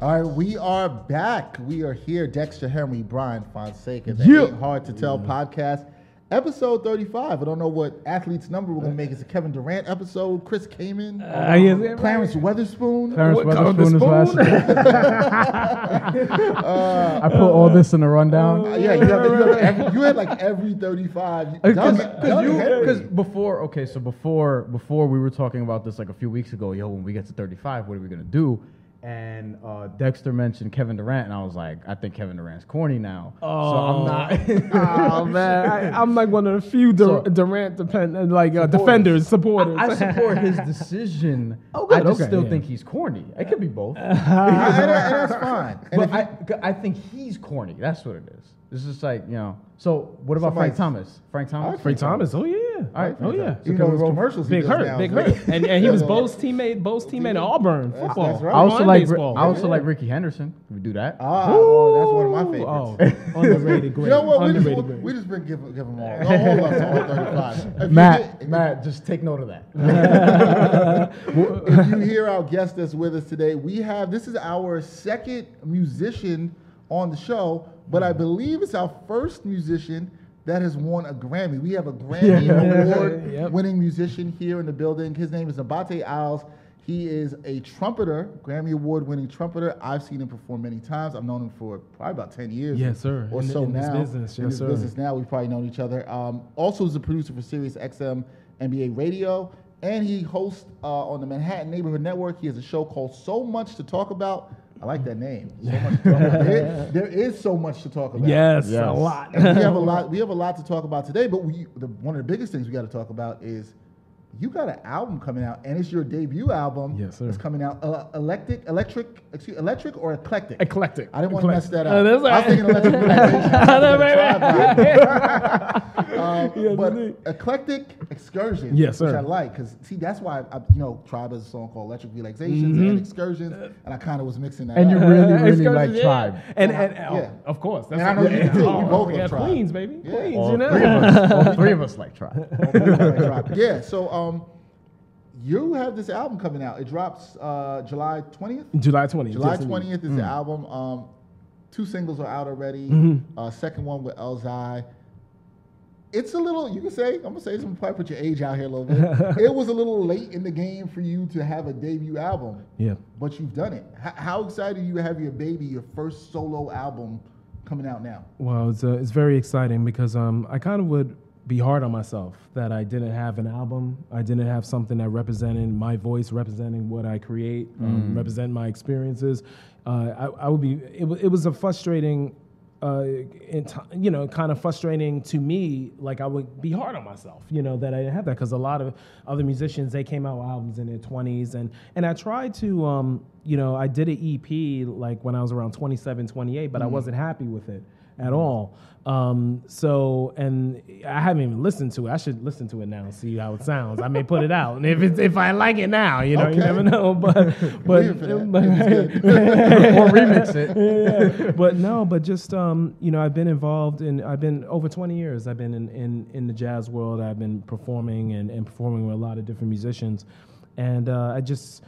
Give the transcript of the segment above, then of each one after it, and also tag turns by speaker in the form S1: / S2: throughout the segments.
S1: All right, we are back. We are here, Dexter Henry, Brian Fonseca, the
S2: Yeah.
S1: Ain't Hard to Tell podcast, episode 35. I don't know what athlete's number we're going
S3: Uh,
S1: to make. It's a Kevin Durant episode, Chris Kamen,
S2: Uh, yeah, yeah,
S1: Clarence Weatherspoon.
S2: Clarence
S3: What color
S2: Weatherspoon
S3: the
S2: is last
S3: spoon?
S2: year. I put all this in the rundown.
S1: Uh, yeah, you, have, you, have every, you had like every
S3: Uh,
S1: 35. Doug-
S2: Because
S1: Doug
S2: Uh, you,
S1: Henry.
S2: because before, okay, so before, before we were talking about this like a few weeks ago. Yo, when we get to thirty-five, what are we gonna do? And uh, Dexter mentioned Kevin Durant, and I was like, I think Kevin Durant's corny now. so I'm not.
S3: oh man, I, I'm like one of the few Dur-
S2: So-
S3: Durant depend- like uh, defenders, supporters.
S2: I support his decision.
S3: Oh, good,
S2: I just
S3: okay,
S2: still
S3: yeah.
S2: think he's corny. It could be both.
S1: and, and that's fine. And
S2: But
S1: if you-
S2: I, I think he's corny. That's what it is. It's just like, you know. So, what about
S1: Somebody's-
S2: Frank Thomas? Frank Thomas?
S3: Frank Thomas. Oh yeah, yeah.
S2: All right,
S3: oh
S2: Frank
S3: yeah.
S2: Thomas.
S1: even though his commercials, he
S3: Big
S1: does
S3: hurt,
S1: now,
S3: big
S1: but-
S3: hurt, and, and he was
S1: Yeah.
S3: Bo's teammate, Bo's teammate at Auburn football.
S1: that's right.
S2: I also
S3: and
S2: like I
S3: baseball.
S2: also like Ricky Henderson. Can we do that?
S1: Ah, oh, that's one of my favorites.
S3: Oh, underrated
S1: You
S3: great.
S1: know what? We just,
S3: underrated
S1: we
S3: great.
S1: just been give, give them all. All of us all 35. If you
S2: Matt,
S1: get-
S2: Matt, just take note of that.
S1: if you hear our guest that's with us today, we have this is our second musician on the show, but
S3: Mm-hmm.
S1: I believe it's our first musician that has won a Grammy. We have a Grammy
S3: Yeah.
S1: award
S3: Yep.
S1: winning musician here in the building. His name is Abate Isles. He is a trumpeter, Grammy award winning trumpeter. I've seen him perform many times. I've known him for probably about 10 years.
S3: Yes, sir.
S1: Or
S3: In-
S1: so
S3: in this
S1: now.
S3: business.
S1: In
S3: Yes,
S1: this
S3: sir.
S1: business now. We've probably known each other. Um, also is a producer for Sirius XM NBA Radio, and he hosts uh, on the Manhattan Neighborhood Network. He has a show called So Much to Talk About. I like that name. So much to talk about. There- there is so much to talk about.
S3: Yes,
S2: Yes.
S3: a lot.
S1: And we have a lot. We have a lot to talk about today. But we, the, one of the biggest things we got to talk about is you got an album coming out, and it's your debut album.
S3: Yes, sir.
S1: It's coming out. Uh, electric, electric, excuse, electric or eclectic?
S3: Eclectic.
S1: I didn't want to mess
S3: Eclectic.
S1: that up.
S2: Uh,
S3: Oh, that's all
S1: I was
S3: right.
S1: thinking electric. but I didn't.
S3: No, wait, wait.
S1: Um,
S3: Yeah,
S1: but
S3: indeed.
S1: eclectic excursion,
S3: Yes,
S1: which
S3: sir.
S1: I like because see that's why I, you know Tribe has a song called Electric Relaxations
S3: Mm-hmm.
S1: and Excursions, and I kind of was mixing that.
S2: And
S1: up.
S2: you really, really
S3: Excursion,
S2: like
S3: yeah.
S2: Tribe.
S3: and and oh,
S1: Yeah.
S3: of course.
S1: And I know you too. We both
S3: yeah,
S1: love Tribe.
S3: Queens, baby,
S1: Yeah.
S3: Queens.
S2: All
S3: you know,
S2: three of us- all three of us like Tribe.
S1: yeah. So um, you have this album coming out. It drops uh, July twentieth.
S3: July twentieth.
S1: July twentieth is the
S3: Mm.
S1: album. Um, two singles are out already.
S3: Mm-hmm.
S1: Uh, second one with Elzai. It's a little. You can say I'm gonna say some probably put your age out here a little bit. it was a little late in the game for you to have a debut album.
S3: Yeah.
S1: But you've done it. H- how excited are you to have your baby, your first solo album coming out now?
S3: Well, it's, uh, it's very exciting because um, I kind of would be hard on myself that I didn't have an album. I didn't have something that represented my voice, representing what I create, um, represent my experiences. Uh, I, I would be. It, wa- it was a frustrating. Uh, in ti- you know, kind of frustrating to me. Like I would be hard on myself, you know, that I didn't have that because a lot of other musicians they came out with albums in their twenties, and and I tried to, um, you know, I did an EP like when I was around 27, 28, but I wasn't happy with it at
S1: Mm-hmm.
S3: all. Um, so, and I haven't even listened to it. I should listen to it now and see how it sounds. I may put it out, and if it's, if I like it now, you know,
S1: Okay.
S3: you never know. But
S1: here
S3: but
S1: for that.
S3: but,
S2: or remix it.
S3: yeah. but no, but just um, you know, I've been involved in. I've been over 20 years. I've been in in, in the jazz world. I've been performing and, and performing with a lot of different musicians, and uh, I just.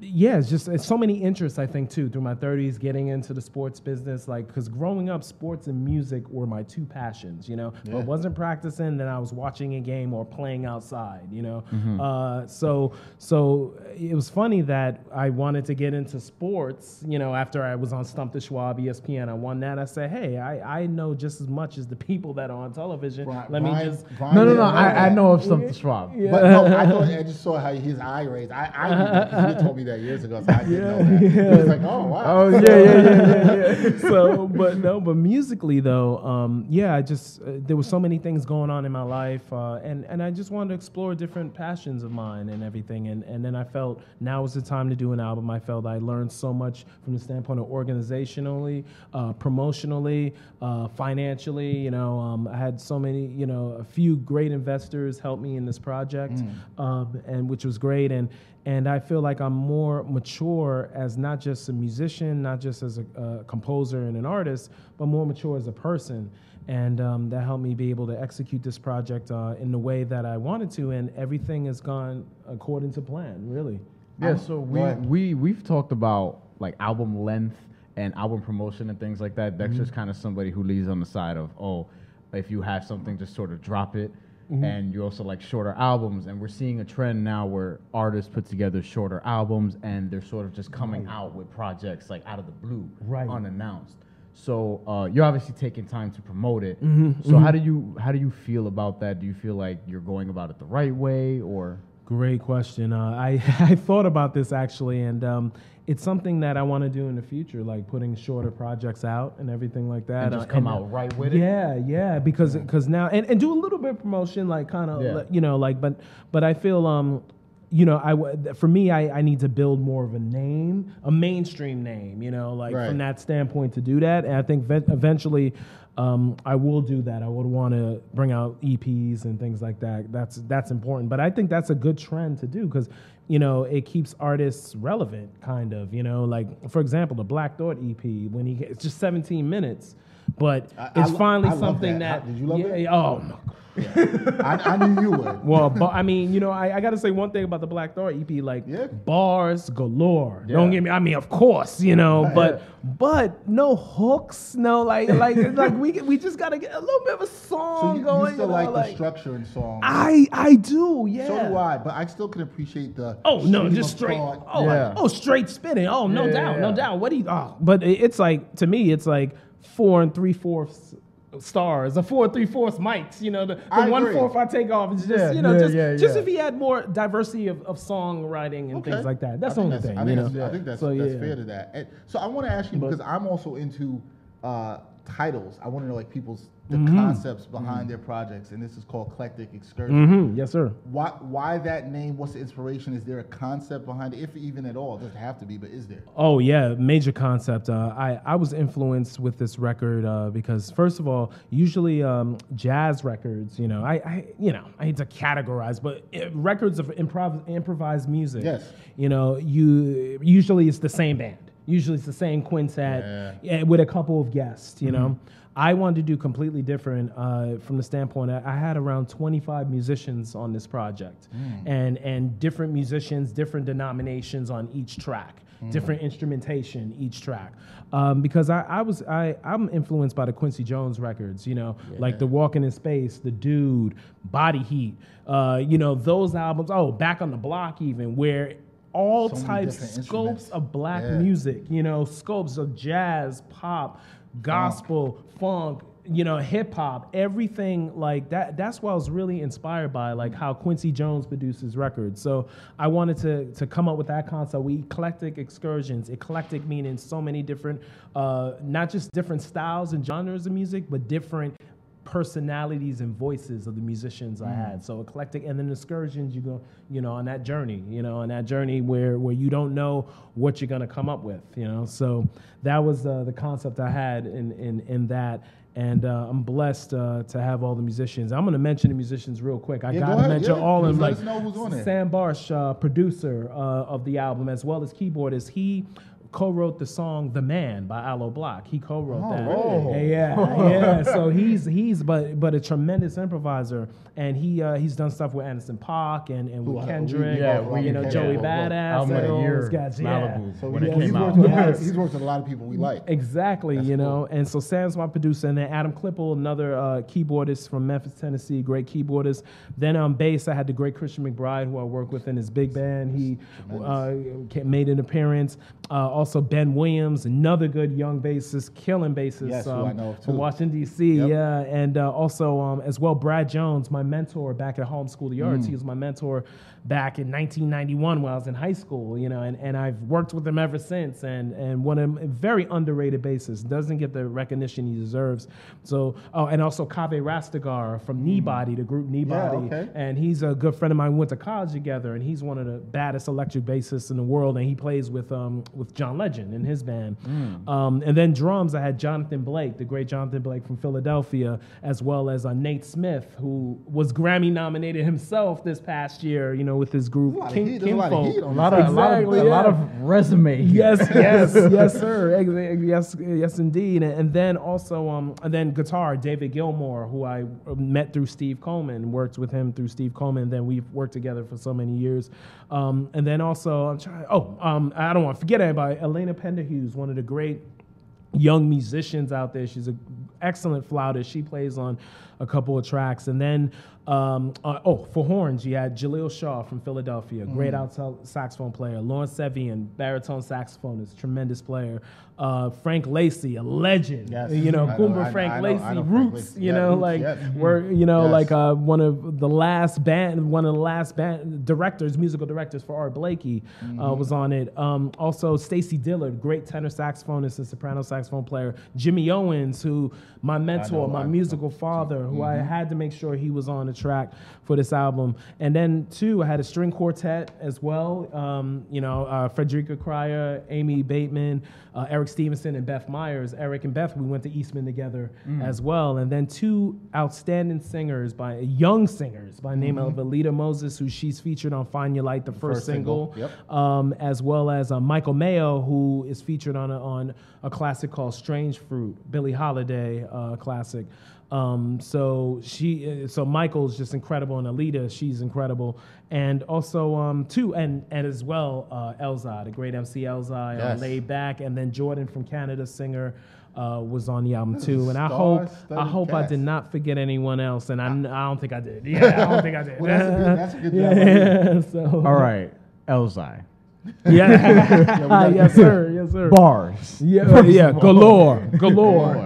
S3: Yeah, it's just it's so many interests I think too through my 30s getting into the sports business like cuz growing up sports and music were my two passions, you know. If I wasn't practicing then I was watching a game or playing outside, you know. Uh, so so it was funny that I wanted to get into sports, you know, after I was on Stump the Schwab E ESPN I won that I said, "Hey, I, I know just as much as the people that are on television.
S1: Bri-
S3: Let me
S1: Brian-
S3: just
S1: Brian
S2: No, no,
S1: didn't
S2: no. I, I
S1: that.
S2: know of something Schwab.
S1: But no, I thought I just saw how his eye raised. I, I knew that 'cause you told me that years ago, so I didn't know that. It was like, oh wow.
S2: Oh, yeah, yeah, yeah.
S3: so, but no, but musically though, um, yeah, I just uh, there were so many things going on in my life, uh, and and I just wanted to explore different passions of mine and everything, and and then I felt now was the time to do an album. I felt I learned so much from the standpoint of organizationally, uh, promotionally, uh, financially. You know, um, I had so many, you know, a few great investors help me in this project,
S2: Mm.
S3: um, and which was great, and and I feel like I'm more mature as not just a musician, not just as a, a composer and an artist, but more mature as a person. And um, that helped me be able to execute this project uh, in the way that I wanted to, and everything has gone according to plan, really.
S2: Yeah, so we,
S1: ahead.
S2: we, we've talked about like album length and album promotion and things like that. Dexter's kind of somebody who leads on the side of oh, if you have something, just sort of drop it. And you also like shorter albums, and we're seeing a trend now where artists put together shorter albums, and they're sort of just coming out with projects like out of the blue,
S4: Right.
S2: unannounced. So uh, you're obviously taking time to promote it. So how do you how do you feel about that? Do you feel like you're going about it the right way, or
S3: Great question. Uh, I, I thought about this actually, and um, it's something that I want to do in the future, like putting shorter projects out and everything like that. uh,
S2: and just come out right with it?
S3: yeah, yeah, because because now and, and do a little bit of promotion, like kind of
S2: Yeah.
S3: like, you know, like but but I feel um, you know, I w- for me, I I need to build more of a name, a mainstream name, you know, like
S1: Right.
S3: from that standpoint to do that, and I think ve- eventually. Um, I will do that. I would want to bring out EPs and things like that. That's that's important. But I think that's a good trend to do because, you know, it keeps artists relevant, kind of. You know, like for example, the Black Thought EP when he it's just 17 minutes, but
S1: I- I
S3: it's
S1: lo-
S3: finally
S1: I love
S3: something
S1: that.
S3: that.
S1: How- did you love
S3: yeah,
S1: it?
S3: Oh, my God.
S1: I, I knew you would.
S3: well, but, I mean, you know, I, I got to say one thing about the Black Thought EP, like
S1: Yeah.
S3: bars galore.
S2: Yeah.
S3: Don't get me. I mean, of course, you know, but but no hooks, no like like like we we just got to get a little bit of a
S1: So
S3: song
S1: you,
S3: going.
S1: you still
S3: know,
S1: like, the structure in songs.
S3: I I do, yeah.
S1: so do I, but I still can appreciate the.
S3: Oh no,
S1: stream
S3: just
S1: of
S3: straight.
S1: thought.
S3: Oh,
S2: Yeah.
S3: oh, straight spinning. Oh, no
S2: Yeah,
S3: doubt,
S2: yeah,
S3: no
S2: yeah.
S3: doubt. What do you? Oh, but it- it's like to me, it's like four and three fourths stars, or four and three fourths mics. You know, the, the
S1: I
S3: one
S1: agree.
S3: fourth I take off is just
S2: Yeah,
S3: you know
S2: yeah,
S3: just
S2: yeah,
S3: just
S2: yeah.
S3: if he had more diversity of, of songwriting and
S1: Okay.
S3: things like that. That's
S1: I
S3: the
S1: think
S3: only thing.
S1: I
S3: you
S1: think,
S3: know?
S1: that's, I think that's,
S3: So,
S1: that's
S3: yeah.
S1: fair to that. And so I want to ask you because I'm also into uh, titles. I want to know like people's the
S3: Mm-hmm.
S1: concepts behind their projects, and this is called eclectic excursion.
S3: Mhm, Yes, sir.
S1: Why why that name? What's the inspiration? Is there a concept behind it, if even at all? It doesn't have to be, but is there?
S3: Oh yeah, major concept. Uh, I I was influenced with this record uh, because first of all, usually um, jazz records, you know, I, I you know I hate to categorize, but uh records of improv improvised music.
S1: Yes.
S3: You know, you usually it's the same band. Usually it's the same quintet
S1: Yeah.
S3: yeah, with a couple of guests. You know, I wanted to do completely different uh, from the standpoint. I, I had around 25 musicians on this project, and and different musicians, different denominations on each track, Mm-hmm. different instrumentation each track, um, because I, I was I I'm influenced by the Quincy Jones records. You know, like the Walking in Space, the Dude, Body Heat. Uh, you know those albums. Oh, Back on the Block, even where. All
S1: So many
S3: types,
S1: different
S3: scopes
S1: instruments.
S3: of black
S1: Yeah.
S3: music music, you know, scopes of jazz, pop, gospel, funk, you know, hip hop, everything like that. That's what I was really inspired by, like how Quincy Jones produces records. So I wanted to to come up with that concept. We eclectic excursions, eclectic meaning so many different, uh, not just different styles and genres of music, but different personalities and voices of the musicians I
S1: Mm.
S3: had. So eclectic, and then excursions you go, you know, on that journey, you know, on that journey where where you don't know what you're gonna come up with, you know. So that was uh, the concept I had in in in that. And uh, I'm blessed uh, to have all the musicians. I'm gonna mention the musicians real quick. I
S1: Yeah, go
S3: gotta
S1: ahead,
S3: mention
S1: yeah.
S3: all of them.
S1: Let
S3: Like
S1: us know who's on there.
S3: Sam Barsh, uh, producer uh, of the album, as well as keyboardist, he co-wrote the song "The Man" by Allo Block. He co-wrote
S1: Oh,
S3: that.
S1: really? Oh.
S3: Yeah, yeah. So he's he's but but a tremendous improviser, and he uh, he's done stuff with Anderson Park and, and
S1: Who-
S3: with
S1: who-
S3: Kendrick,
S1: yeah,
S3: and,
S1: we-
S3: you know
S1: yeah,
S3: Joey
S1: well,
S2: well,
S3: Badass.
S2: album of
S3: and
S2: the
S3: all
S2: year,
S3: those guys.
S2: Malibu,
S3: Yeah.
S1: So
S2: when
S1: he's-
S2: it came
S1: he's
S2: out.
S1: worked with a lot of-
S3: Yes.
S1: he's worked with a lot of people we like.
S3: Exactly, you know, and so Sam's my producer, and then Adam Klippel, another uh, keyboardist from Memphis, Tennessee, great keyboardist. Then on bass, I had the great Christian McBride, who I work with in his big band. He uh, ca- made an appearance. Uh, also Ben Williams, another good young bassist, killing bassist um,
S1: Yes, who I know of
S3: from
S1: too.
S3: Washington D.C.
S1: Yep.
S3: Yeah, and uh, also um, as well, Brad Jones, my mentor back at Home School of the Arts.
S1: Mm.
S3: He was my mentor back in 1991 when I was in high school. You know, and, and I've worked with him ever since. And and one of a very underrated basis doesn't get the recognition he deserves. So oh, and also Kaveh Rastigar from Knee Body, the group Knee
S1: Mm. Yeah,
S3: Body,
S1: okay.
S3: and he's a good friend of mine. We went to college together, and he's one of the baddest electric bassists in the world. And he plays with um with John Legend in his band.
S1: Mm.
S3: Um, and then drums, I had Jonathan Blake, the great Jonathan Blake from Philadelphia, as well as uh, Nate Smith, who was Grammy nominated himself this past year. You know, with his group
S1: There's a lot of
S3: Kin-
S1: heat- there's a lot of
S3: Kinfolk.
S1: heat on
S2: A lot of,
S3: Exactly,
S2: a lot of, a lot
S3: yeah.
S2: of resume. here.
S3: Yes, yes, yes, sir. Ex- ex- Yes, yes, indeed. And, and then also, um, and then guitar, David Gilmore, who I uh, met through Steve Coleman, worked with him through Steve Coleman. Then we've worked together for so many years. Um, and then also, I'm trying. Oh, um, I don't want to forget anybody. like Elena Penderhughes, one of the great young musicians out there. She's an excellent flautist. She plays on a couple of tracks. And then, um, uh, oh, for horns, you had Jaleel Shaw from Philadelphia, great
S1: Mm.
S3: alto saxophone player. Lawrence Sevian, baritone saxophonist, tremendous player. Uh, Frank Lacey, a legend.
S1: Yes.
S3: You know,
S1: I know, I
S3: Kumba
S1: know, I
S3: Frank
S1: know, I
S3: Lacey,
S1: know Frank
S3: Roots,
S1: Lacey.
S3: you
S1: Yeah,
S3: know,
S1: Roots,
S3: like
S1: yes.
S3: were, you know,
S1: Mm-hmm. Yes.
S3: like uh, one of the last band, one of the last band directors, musical directors for Art Blakey uh,
S1: Mm-hmm.
S3: was on it. Um, also, Stacy Dillard, great tenor saxophonist and soprano saxophone player. Jimmy Owens, who my mentor,
S1: know,
S3: my
S1: I-
S3: musical father, who I had to make sure he was on the track for this album. And then two, I had a string quartet as well. Um, you know, uh, Frederica Cryer, Amy Bateman, uh, Eric Stevenson, and Beth Myers. Eric and Beth, we went to Eastman together as well. And then two outstanding singers by young singers by the name of Alita Moses, who she's featured on Find Your Light, the first,
S1: First single,
S3: single,
S1: yep.
S3: um, as well as uh, Michael Mayo, who is featured on a, on a classic called Strange Fruit, Billie Holiday uh, classic. Um, so she, uh, so Michael's just incredible, and Alita, she's incredible, and also um, too, and and as well uh, Elzai, the great MC Elzai,
S1: Yes.
S3: on uh, Laid Back, and then Jordan from Canada, singer. Uh, was on the album
S1: is
S3: too,
S1: a
S3: and I hope I
S1: star-studded
S3: hope I
S1: cast.
S3: did not forget anyone else, and I, I don't think I did. Yeah, I don't think I did.
S1: Well, that's a good- that's a good job by you.
S3: Yeah, so
S2: All right, Elzai.
S3: yeah. yes, sir. Yes, sir.
S2: Bars.
S3: Yeah, yeah. Galore. Galore.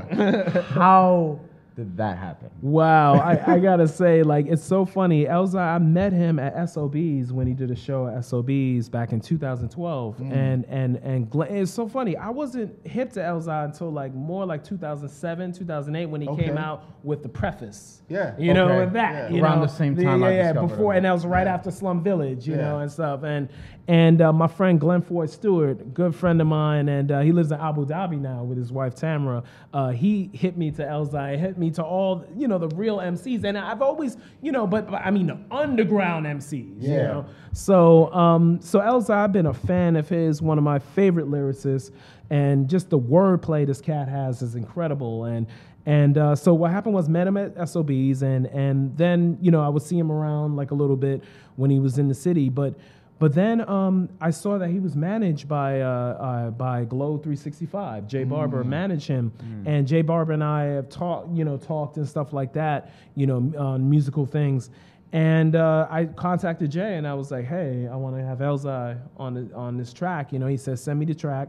S2: How did that happen?
S3: wow. I, I gotta say, like, it's so funny. Elza, I met him at SOBs when he did a show at SOBs back in 2012. And and and Gla- it's so funny. I wasn't hip to Elza until like more like 2007, 2008 when he
S1: Okay.
S3: came out with the preface.
S1: Yeah.
S3: You know,
S2: Okay.
S3: with that.
S1: Yeah.
S3: You
S2: Around
S3: know?
S2: the same time I discovered
S3: before
S2: him.
S3: and that was right after Slum Village, you
S1: Yeah.
S3: know, and stuff. And and uh, my friend Glenn Ford Stewart, good friend of mine, and uh, he lives in Abu Dhabi now with his wife Tamara. Uh, he hit me to Elzai, hit me to all you know the real MCs, and I've always you know, but, but I mean the underground MCs, you
S1: Yeah.
S3: know. So um, so Elzai, I've been a fan of his, one of my favorite lyricists, and just the wordplay this cat has is incredible, and. And uh, so what happened was met him at SOBs, and and then you know I would see him around like a little bit when he was in the city, but but then um, I saw that he was managed by uh, uh, by Glow 365. Jay Barber managed him, and Jay Barber and I have talked you know talked and stuff like that, you know, m- on musical things. And uh, I contacted Jay, and I was like, "Hey, I want to have Elzai on the, on this track." You know, he says, "Send me the track."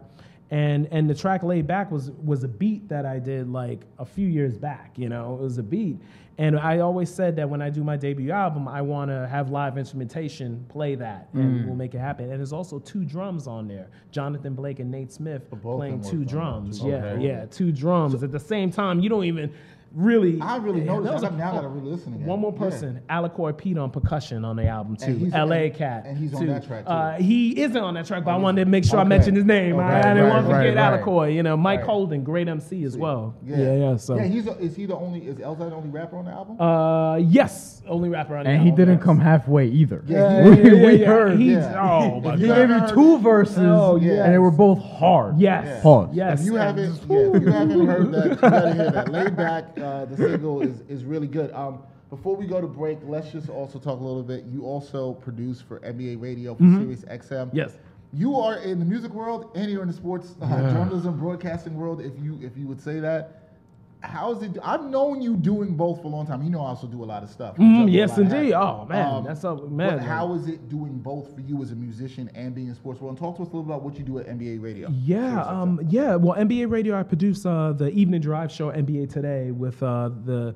S3: and and the track laid back was was a beat that I did like a few years back. You know, it was a beat, and I always said that when I do my debut album, I want to have live instrumentation play that,
S1: Mm.
S3: and we'll make it happen. And there's also two drums on there, Jonathan Blake and Nate Smith
S1: both of
S3: playing
S1: them
S3: two
S1: worked on that,
S3: drums.
S1: too.
S3: Yeah,
S1: Okay.
S3: yeah, two drums at the same time. You don't even really.
S1: I really
S3: Yeah,
S1: noticed.
S3: that was
S1: that.
S3: a- oh,
S1: now that I really listen again.
S3: one more
S1: Yeah.
S3: person, Alacoy Pete on percussion on the album
S1: And
S3: too.
S1: he's-
S3: L.A.
S1: and-
S3: Cat,
S1: and he's on
S3: too.
S1: that track, too.
S3: Uh, he isn't on that track, but I
S1: he's-
S3: wanted to make sure I
S1: okay.
S3: mentioned his name. I,
S1: Okay,
S3: I didn't
S1: right,
S3: want to
S2: right,
S3: forget
S2: right.
S3: Alacoy. You know, Mike
S2: Right.
S3: Holden, great MC as well.
S1: yeah. He's a, is he the only? Is Elzai the only rapper on the album?
S3: uh, yes, only rapper on the
S2: And he
S3: album.
S2: didn't come halfway either.
S1: Yeah,
S2: we,
S1: he-
S3: yeah,
S2: we
S3: yeah.
S2: heard.
S3: He's,
S1: Yeah.
S3: Oh my
S1: If
S2: He
S1: you
S3: god.
S2: gave you
S1: heard-
S2: two verses,
S3: Oh, yes.
S2: and they were both hard.
S3: Yes.
S1: Yeah.
S2: Pause.
S3: Yes.
S1: If you
S3: and-
S1: haven't, yeah, if you haven't heard that, you gotta hear that. Laid back, uh, the single is, is really good. Um, before we go to break, let's just also talk a little bit. You also produce for NBA Radio for Sirius XM.
S3: Mm-hmm. Yes.
S1: You are in the music world and you're in the sports uh, journalism broadcasting world. If you if you would say that. How is it? I've known you doing both for a long time. You know, I also do a lot of stuff.
S3: Mm,
S1: Juggle a
S3: yes,
S1: lot of
S3: indeed.
S1: hats.
S3: Oh, man,
S2: um,
S3: that's a-
S1: but
S3: man.
S1: How is it doing both for you as a musician and being in sports world? And talk to us a little about what you do at NBA Radio.
S3: Yeah, um, yeah. Well, NBA Radio, I produce uh, the evening drive show NBA Today with uh, the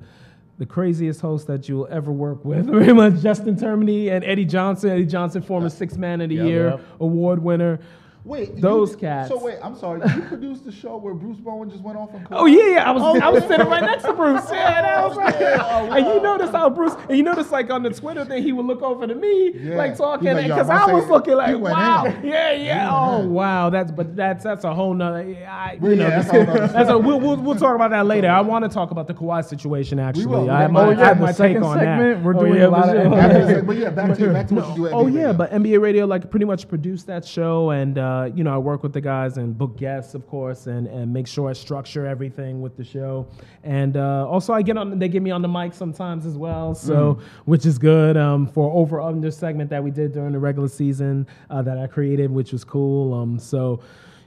S3: the craziest host that you'll ever work with, pretty much Justin Termini and Eddie Johnson. Eddie Johnson, former Six Man of the
S2: Yep.
S3: Year
S2: Yep.
S3: award winner.
S1: Wait, you-
S3: Those cats.
S1: So wait, I'm sorry. You produced the show where Bruce Bowen just went off and
S3: Oh yeah, yeah. I was
S1: Oh,
S3: I was
S1: yeah.
S3: sitting right next to Bruce. Yeah, that was right.
S1: Yeah, oh,
S3: And you
S1: wow.
S3: notice how Bruce and you notice like on the Twitter thing, he would look over to me,
S1: Yeah.
S3: like talking,
S1: He's like, "Yo,
S3: because
S1: if I
S3: I
S1: say
S3: was
S1: it,
S3: looking
S1: you
S3: like,
S1: went
S3: wow,
S1: in."
S3: yeah, yeah. Oh
S1: went in.
S3: wow, that's but that's that's a whole nother. I, you
S1: Yeah,
S3: know,
S1: that's
S3: that's,
S1: a whole nother
S3: a, we'll, we'll we'll talk about that later. I want to talk about the Kawhi situation actually.
S1: will. Oh, We're
S3: I have
S1: gonna go
S3: my, I
S1: into
S3: have
S2: the
S3: my take
S2: second
S3: on
S2: segment.
S3: that.
S2: We're
S3: Oh,
S2: doing
S3: yeah,
S2: a lot
S3: we're-
S2: of-
S1: Back to the- but yeah, back to back to what you do at
S3: oh
S1: NBA
S3: yeah,
S1: Radio.
S3: but NBA Radio like pretty much produced that show, and uh, you know I work with the guys and book guests, of course, and and make sure I structure everything with the show, and uh, also I get on they get me on the mic sometimes as well, so
S1: Mm.
S3: which is good um, for over under segment that we did during the regular season uh, that I created, which was cool. Um, so.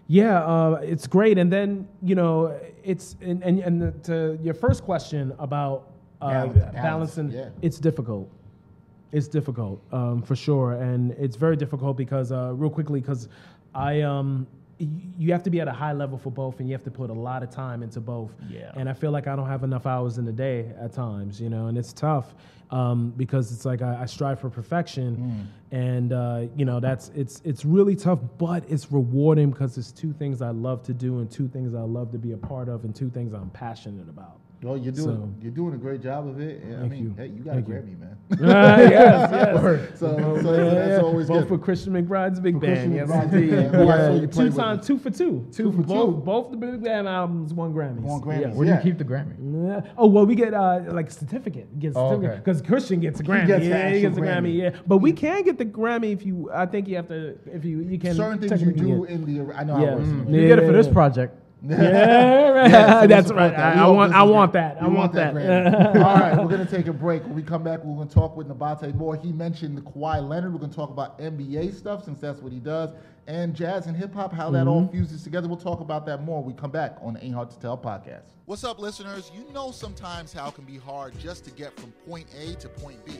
S3: yeah, uh, it's great. And then you know, it's and and, and the, to your first question about uh,
S1: Balance, balance,
S3: balancing,
S1: yeah.
S3: it's difficult. It's difficult um, for sure, and it's very difficult because uh, real quickly because I um y- you have to be at a high level for both, and you have to put a lot of time into both.
S2: Yeah.
S3: and I feel like I don't have enough hours in the day at times, you know, and it's tough um, because it's like I, I strive for perfection, and uh, you know that's it's it's really tough, but it's rewarding because it's two things I love to do and two things I love to be a part of and two things I'm passionate about.
S1: Well, you're doing
S3: So-
S1: you're doing a great job of it. And, I
S3: Thank
S1: mean,
S3: you.
S1: hey, you got a
S3: Thank you.
S1: Grammy, man.
S3: yes, yes.
S1: So,
S3: Oh,
S1: so
S3: man,
S1: that's
S3: yeah.
S1: always
S3: both
S1: good.
S3: for Christian McBride's Big
S1: Christian
S3: Band. Yes,
S1: McBride's Big
S3: indeed.
S1: Band. Well, that's what you play
S3: Two
S1: with
S3: time,
S1: it.
S3: two for two.
S1: Two for
S3: both,
S1: two.
S3: Both the Big Band albums won Grammys.
S1: One Grammys.
S2: Where
S1: yeah.
S2: do you keep the Grammy?
S3: Yeah. Oh well, we get uh, like a certificate. We Get a
S2: Oh,
S3: certificate
S2: okay.
S3: because Christian gets a Grammy.
S1: gets the
S3: yeah, he
S1: actual
S3: gets a Grammy.
S1: Grammy.
S3: Yeah, but we can get the Grammy if you. I think you have to if you you can
S1: certain things you
S3: technically
S1: do
S3: get-
S1: in the I know
S3: Yeah.
S1: how it works.
S3: Mm.
S2: You get it for this
S3: Yeah.
S2: project.
S3: Yeah, right.
S1: Yeah, so
S3: that's
S1: we'll
S3: right.
S1: support that. We
S3: I, I
S1: hope
S3: want.
S1: this
S3: I
S1: is good.
S3: want that. I
S1: We
S3: want that.
S1: Grammy. All right, we're gonna take a break. When we come back, we're gonna talk with Nabate Moore. He mentioned the Kawhi Leonard. We're gonna talk about NBA stuff since that's what he does, and jazz and hip hop, how that all
S3: Mm-hmm.
S1: fuses together. We'll talk about that more. when we come back on the Ain't Hard to Tell podcast. What's up, listeners? You know sometimes how it can be hard just to get from point A to point B.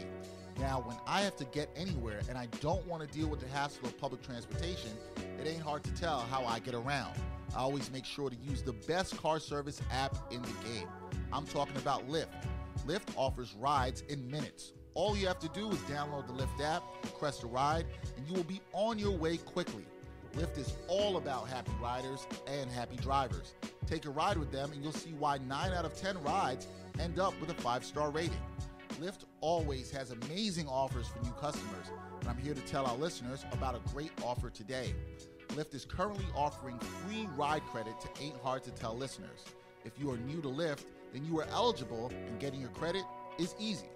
S1: Now, when I have to get anywhere and I don't want to deal with the hassle of public transportation, it ain't hard to tell how I get around. I always make sure to use the best car service app in the game. I'm talking about Lyft. Lyft offers rides in minutes. All you have to do is download the Lyft app, request a ride, and you will be on your way quickly. Lyft is all about happy riders and happy drivers. Take a ride with them, and you'll see why 9 out of 10 rides end up with a 5 star rating. Lyft always has amazing offers for new customers, and I'm here to tell our listeners about a great offer today. Lyft is currently offering free ride credit to Ain't Hard to Tell listeners. If you are new to Lyft, then you are eligible, and getting your credit is easy.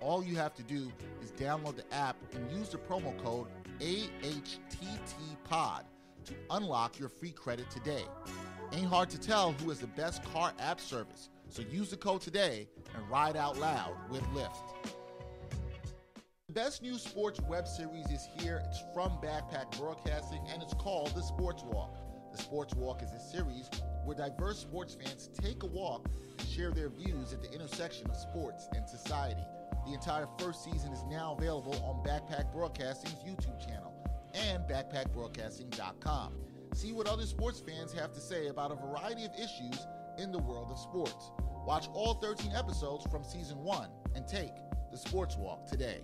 S1: All you have to do is download the app and use the promo code AHTTPOD to unlock your free credit today. Ain't hard to tell who has the best car app service, so use the code today and ride out loud with Lyft. The best new sports web series is here. It's from Backpack Broadcasting and it's called The Sports Walk. The Sports Walk is a series where diverse sports fans take a walk and share their views at the intersection of sports and society. The entire first season is now available on Backpack Broadcasting's YouTube channel and backpackbroadcasting.com. See what other sports fans have to say about a variety of issues in the world of sports. Watch all 13 episodes from season 1 and take The Sports Walk today.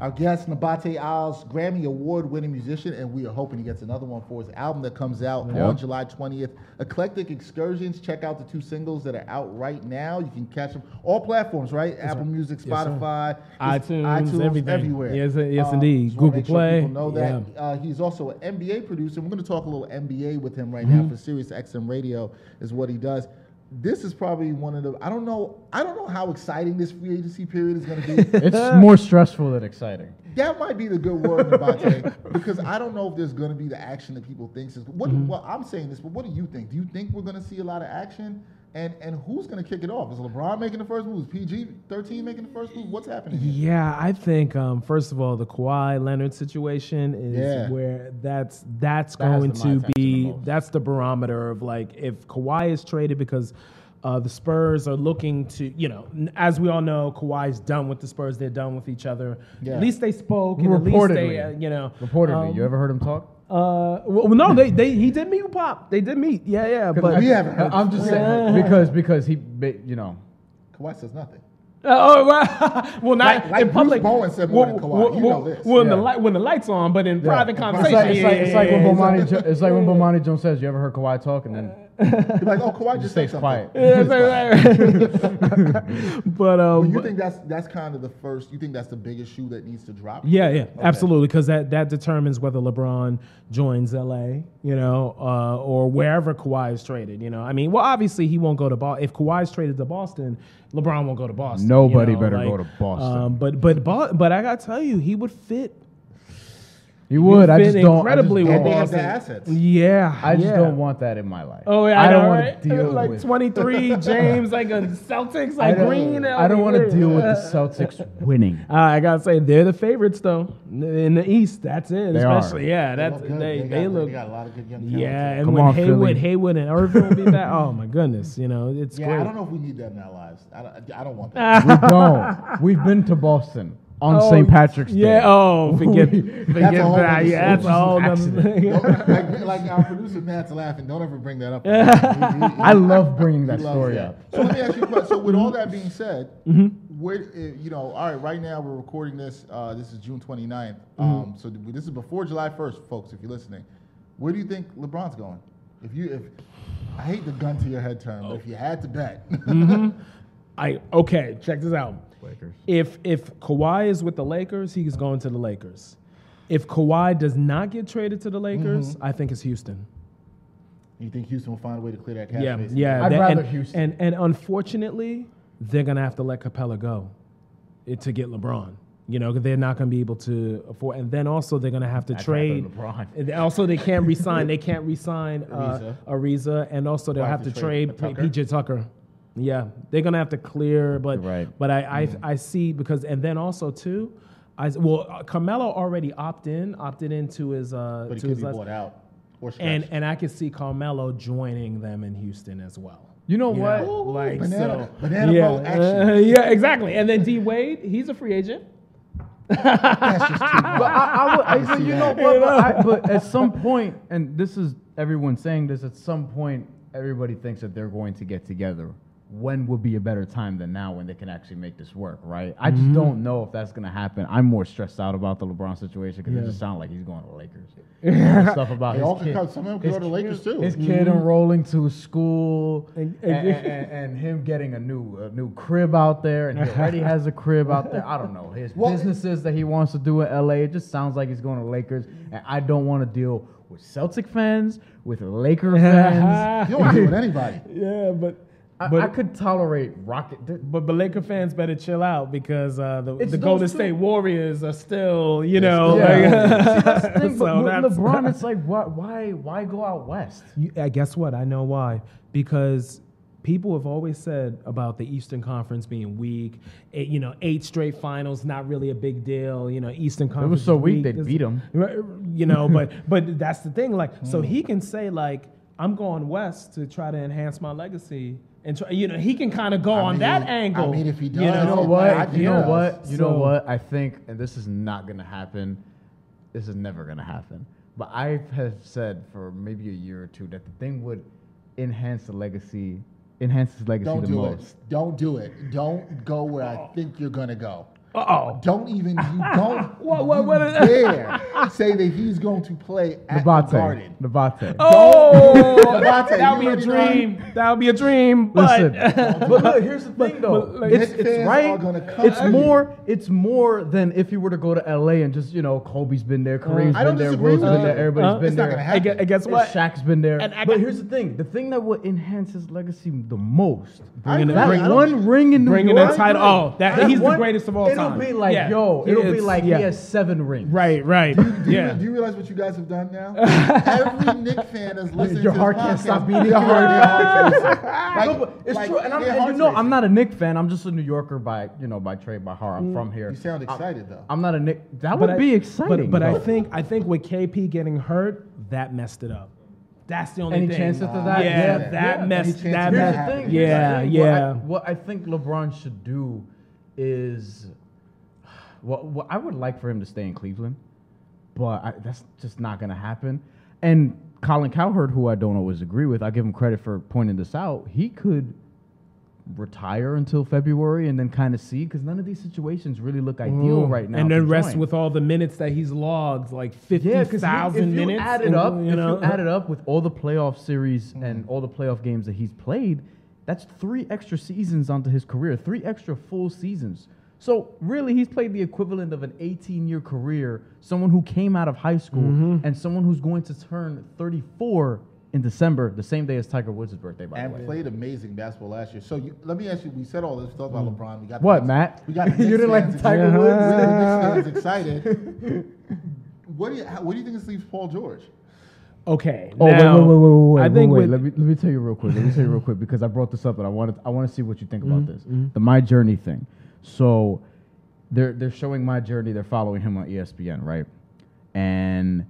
S1: Our guest, Nabate Isles, Grammy Award winning musician, and we are hoping he gets another one for his album that comes out
S2: Yeah.
S1: on July 20th. Eclectic Excursions. Check out the two singles that are out right now. You can catch them all platforms, right? Apple Music,
S3: Yes, sir.
S1: Spotify, it's
S3: iTunes, everything.
S1: everywhere. Um,
S3: Yes, uh, yes, indeed.
S1: just wanna
S3: Google
S1: make sure people
S3: Play.
S1: know that.
S3: Yeah.
S1: Uh, he's also an NBA producer. We're going to talk a little NBA with him
S3: Mm-hmm.
S1: right now for Sirius XM Radio is what he does. This is probably one of the. I don't know. I don't know how exciting this free agency period is going to be.
S2: It's more stressful than exciting.
S1: That might be the good word, Nabate, because I don't know if there's going to be the action that people think. Is what?
S3: Mm-hmm.
S1: Well, I'm saying this, but what do you think? Do you think we're going to see a lot of action? And and who's going to kick it off? Is LeBron making the first move? Is PG 13 making the first move? What's happening? Here?
S3: Yeah, I think um, first of all, the Kawhi Leonard situation is
S1: Yeah.
S3: where that's that's
S2: That has
S3: going
S2: the
S3: to
S2: mindset the
S3: be
S2: most.
S3: that's the barometer of like if Kawhi is traded because uh, the Spurs are looking to you know n- as we all know Kawhi's done with the Spurs they're done with each other.
S1: Yeah.
S3: At least they spoke. And at least they uh,
S2: Reportedly.
S3: you know
S2: Reportedly,
S3: um,
S2: you ever heard him talk?
S3: Uh, well, no, they they he did meet with Pop. They did meet. Yeah, yeah, but
S1: we haven't heard
S2: I'm just saying because because he, ba- you know,
S1: Kawhi says nothing.
S3: Uh, oh, well, well, not
S1: Like- like
S3: in
S1: Bruce
S3: public.
S1: Bowen said more than Kawhi. You know this.
S3: When the
S2: Yeah.
S3: light when the lights on, but in private
S2: it's
S3: conversation,
S2: like, it's like,
S3: yeah,
S2: it's
S3: yeah,
S2: like when
S3: yeah,
S2: Bomani, jo- it's like when Bomani Jones says, "You ever heard Kawhi talk?" And then
S1: He's like, oh, Kawhi just said
S2: stays
S1: something.
S2: quiet.
S3: yeah, it's like- but um,
S1: But you think that's that's kind of the first? You think that's the biggest shoe that needs to drop?
S3: Yeah, yeah, absolutely, because that that determines whether LeBron joins LA, you know, uh, or wherever Kawhi is traded. You know, I mean, well, obviously he won't go to Boston. If Kawhi is traded to Boston, LeBron won't go to Boston. you
S2: Nobody
S3: know,
S2: better go to Boston.
S3: Um, but but Bo- but I gotta tell you, he would fit.
S2: You would. I
S3: fit
S2: just don't.
S3: incredibly
S2: I just
S3: well.
S1: And
S2: don't,
S1: they have
S3: Boston.
S1: the assets.
S3: Yeah,
S2: I just
S3: yeah.
S2: don't want that in my life.
S3: Oh yeah, I,
S2: don't
S3: want
S2: want to deal
S3: like
S2: with.
S3: 23 James like a Celtics
S2: I
S3: like green.
S2: don't, I don't want to
S3: weird.
S2: deal with the Celtics winning.
S3: Uh, I gotta say they're the favorites though in the East. That's it,
S2: They are.
S3: especially yeah. That's
S1: look good.
S3: they
S1: got-
S3: they, look
S1: They got a lot of good young talent.
S3: yeah. And
S2: Come
S3: when
S2: on,
S3: Haywood,
S2: Philly.
S3: Haywood and Irvin will be back. Oh my goodness, you know it's
S1: Yeah,
S3: great.
S1: I don't know if we need that in our lives. I don't, I don't want that.
S2: we don't. We've been to Boston on
S3: Oh,
S2: St. Patrick's Day.
S3: Yeah. Oh, forget, forget
S1: a whole
S3: that.
S1: other
S3: Yeah, that's
S1: story.
S3: all. Them.
S1: Don't- like, like our producer Matt's laughing. Don't ever bring that up. He- he-
S2: I love bringing that
S1: Love
S2: story
S1: that.
S2: up. Mm-hmm.
S1: So let me ask you a question. So with all that being said, where uh, you know, all right, right now we're recording this. Uh, this is June 29th.
S2: Mm-hmm.
S1: Um, so th- this is before July 1st, folks. If you're listening, where do you think LeBron's going? If you, if I hate the gun to your head term, but if you had to bet,
S2: Mm-hmm.
S3: I okay. Check this out.
S2: Lakers.
S3: If if Kawhi is with the Lakers, he's going to the Lakers. If Kawhi does not get traded to the Lakers, I think it's Houston.
S1: you think Houston will find a way to clear that cap
S3: Yeah,
S1: space?
S3: yeah.
S2: I'd
S3: that-
S2: rather
S3: and,
S2: Houston.
S3: And and unfortunately, they're gonna have to let Capella go it- to get LeBron. You know, 'cause they're not gonna be able to afford. And then also they're gonna have to
S2: rather
S3: trade.
S2: LeBron.
S3: And also they can't resign. They can't resign uh, Ariza. and also they'll
S1: Why
S3: have to
S1: have to trade
S3: trade, P-
S1: Tucker?
S3: PJ Tucker. Yeah, they're gonna have to clear, but
S2: You're right.
S3: but I, I I see because and then also too, I s- well uh, Carmelo already opted in opted into his uh
S1: but he
S3: to
S1: could
S3: his
S1: be
S3: last-
S1: bought out or stretched.
S3: and and I could see Carmelo joining them in Houston as well.
S2: You know
S3: You
S2: what?
S3: know?
S2: like,
S1: banana,
S2: so-
S1: banana boat action.
S3: Uh, yeah, exactly. And then D Wade, he's a free agent.
S2: but I, I would, I,
S1: can
S2: but
S1: see
S2: you know
S1: that.
S2: what? But, I, but at some point, and this is everyone saying this, at some point, everybody thinks that they're going to get together. When would be a better time than now when they can actually make this work, right? I just don't know if that's going to happen. I'm more stressed out about the LeBron situation because it just sounds like he's going to the Lakers. All the stuff about
S1: They
S2: his
S1: all could
S2: kid-
S1: come- some of them could
S2: his
S1: go to the
S2: kid-
S1: Lakers, too.
S2: His kid enrolling to school
S3: Mm-hmm. And-
S2: and,
S3: and-
S2: and- and- and him getting a new a new crib out there, and he already has a crib out there. I don't know his
S1: Well,
S2: businesses that he wants to do in LA. It just sounds like he's going to Lakers, and I don't want to deal with Celtic fans, with Laker fans.
S1: you don't want to deal with anybody.
S3: Yeah, but
S2: I,
S3: but
S2: I could tolerate Rocket. th-
S3: but, but Laker fans better chill out because uh, the,
S2: It's
S3: the Golden
S2: those two.
S3: State Warriors are still, you know,
S2: Yeah. See,
S3: like,
S2: that's the thing,
S3: Oh So
S2: but with
S3: that's-
S2: LeBron, it's like why why why go out west?
S3: You, I guess what? I know why. Because people have always said about the Eastern Conference being weak. Eight, you know, eight straight finals, not really a big deal. You know, Eastern Conference.
S2: so
S3: is
S2: weak, they'd
S3: This-
S2: beat 'em. Mm.
S3: Right, You know, but but that's the thing. Like, so he can say like, I'm going west to try to enhance my legacy. And try, you know he can kind of go on
S1: mean,
S3: that
S1: I
S3: angle.
S1: mean, if he does,
S3: you
S1: I
S2: You know
S1: don't
S2: what?
S1: like
S2: you know
S1: this.
S2: what? You know
S3: So-
S2: what? I think, and this is not gonna happen. This is never gonna happen. But I have said for maybe a year or two that the thing would enhance the legacy, enhance his legacy
S1: Don't
S2: the
S1: do
S2: most.
S1: it. Don't do it. Don't go where I think you're gonna go.
S3: Uh-oh.
S1: Don't even you don't
S3: What- what-
S1: you
S3: what is-
S1: dare say that he's going to play at the
S2: Nabate,
S1: Garden.
S2: Nabate.
S3: Oh,
S1: Devontae,
S3: that
S1: you
S3: would be a
S1: already know.
S3: dream. That would be a dream. But
S2: Listen, but look, here's the thing though.
S3: but, like,
S2: it's
S1: Knicks
S2: it's
S1: fans
S2: right.
S1: are gonna come
S2: It's
S1: at you.
S2: more. It's more than if you were to go to LA and just you know Kobe's been there, Kareem's
S1: Uh, I don't
S2: been there,
S1: disagree
S2: Will's
S1: with
S2: been
S1: that.
S2: there, everybody's
S3: Uh,
S2: been
S1: it's not
S2: there.
S1: gonna happen.
S3: I gue- I guess what?
S2: Shaq's been there.
S3: And I
S2: but
S3: got-
S2: here's the thing: the thing that would enhance his legacy the most.
S1: Bringing
S2: that
S1: it-
S2: one ring in New
S3: bringing
S2: York.
S3: that title- oh, that- he's the greatest of all
S2: it'll
S3: time.
S2: It'll be like
S3: Yeah.
S2: yo.
S3: He
S2: It'll be
S3: is-
S2: like
S3: yeah.
S2: he has seven rings.
S3: Right, right.
S1: Do you-
S3: yeah.
S1: Do you realize what you guys have done now? Every Knick fan that's listening
S2: Your
S1: to
S2: heart
S1: this
S2: can't
S1: podcast,
S2: stop beating.
S1: Your heart, your heart's racing. Like-
S2: no, but it's
S1: like,
S2: true, and, I'm,
S1: their
S2: and you
S1: heart's
S2: know
S1: racing.
S2: I'm not a Nick fan. I'm just a New Yorker by you know by trade by heart. I'm from here.
S1: You sound excited though.
S2: I'm not a Nick. That
S3: Mm. But
S2: would
S3: I-
S2: be
S3: But,
S2: exciting.
S3: but I
S2: though.
S3: think I think with KP getting hurt, that messed it up. That's the only
S2: Any
S3: thing.
S2: chances to
S3: Yeah,
S2: that?
S1: Yeah,
S3: that
S1: yeah.
S3: messed.
S1: Any chances
S3: That
S1: of
S3: messed.
S2: Here's the thing.
S1: happening.
S2: here's the
S3: Yeah,
S2: thing,
S3: yeah.
S2: What I, what I think LeBron should do is, what, what I would like for him to stay in Cleveland, but I, that's just not going to happen. And Colin Cowherd, who I don't always agree with, I give him credit for pointing this out. He could retire until February and then kind of see because none of these situations really look ideal
S3: Ooh.
S2: right now.
S3: Mm-hmm. and
S2: to
S3: then rest
S2: join.
S3: with all the minutes that he's logged, like fifty
S2: Yeah,
S3: thousand
S2: because if you
S3: minutes.
S2: add it
S3: and,
S2: up,
S3: you know, Mm.
S2: if you add it up with all the playoff series and all the playoff games that he's played, that's three extra seasons onto his career, three extra full seasons. So really, he's played the equivalent of an 18-year career. Someone who came out of high school
S3: Mm-hmm.
S2: and someone who's going to turn 34 in December, the same day as Tiger Woods' birthday. By the
S1: and
S2: way,
S1: played amazing basketball last year. So you, let me ask you: We said all this we talked about
S3: Mm.
S1: LeBron. We got the Knicks-
S2: What, Matt?
S1: We got the
S2: You
S1: Knicks
S2: didn't like
S1: fans
S2: Tiger
S1: excited.
S2: Woods?
S1: We got the Knicks fans excited. What do you how- what do you think this leaves Paul George?
S3: Okay.
S2: Oh wait,
S3: now,
S2: wait, wait, wait, wait, wait.
S3: I think
S2: wait,
S3: with,
S2: let me let me tell you real quick. Let me tell you real quick because I brought this up and I wanted I want to see what you think
S3: Mm-hmm.
S2: about this. The My Journey thing. So they're they're showing My Journey. They're following him on E ESPN, right? And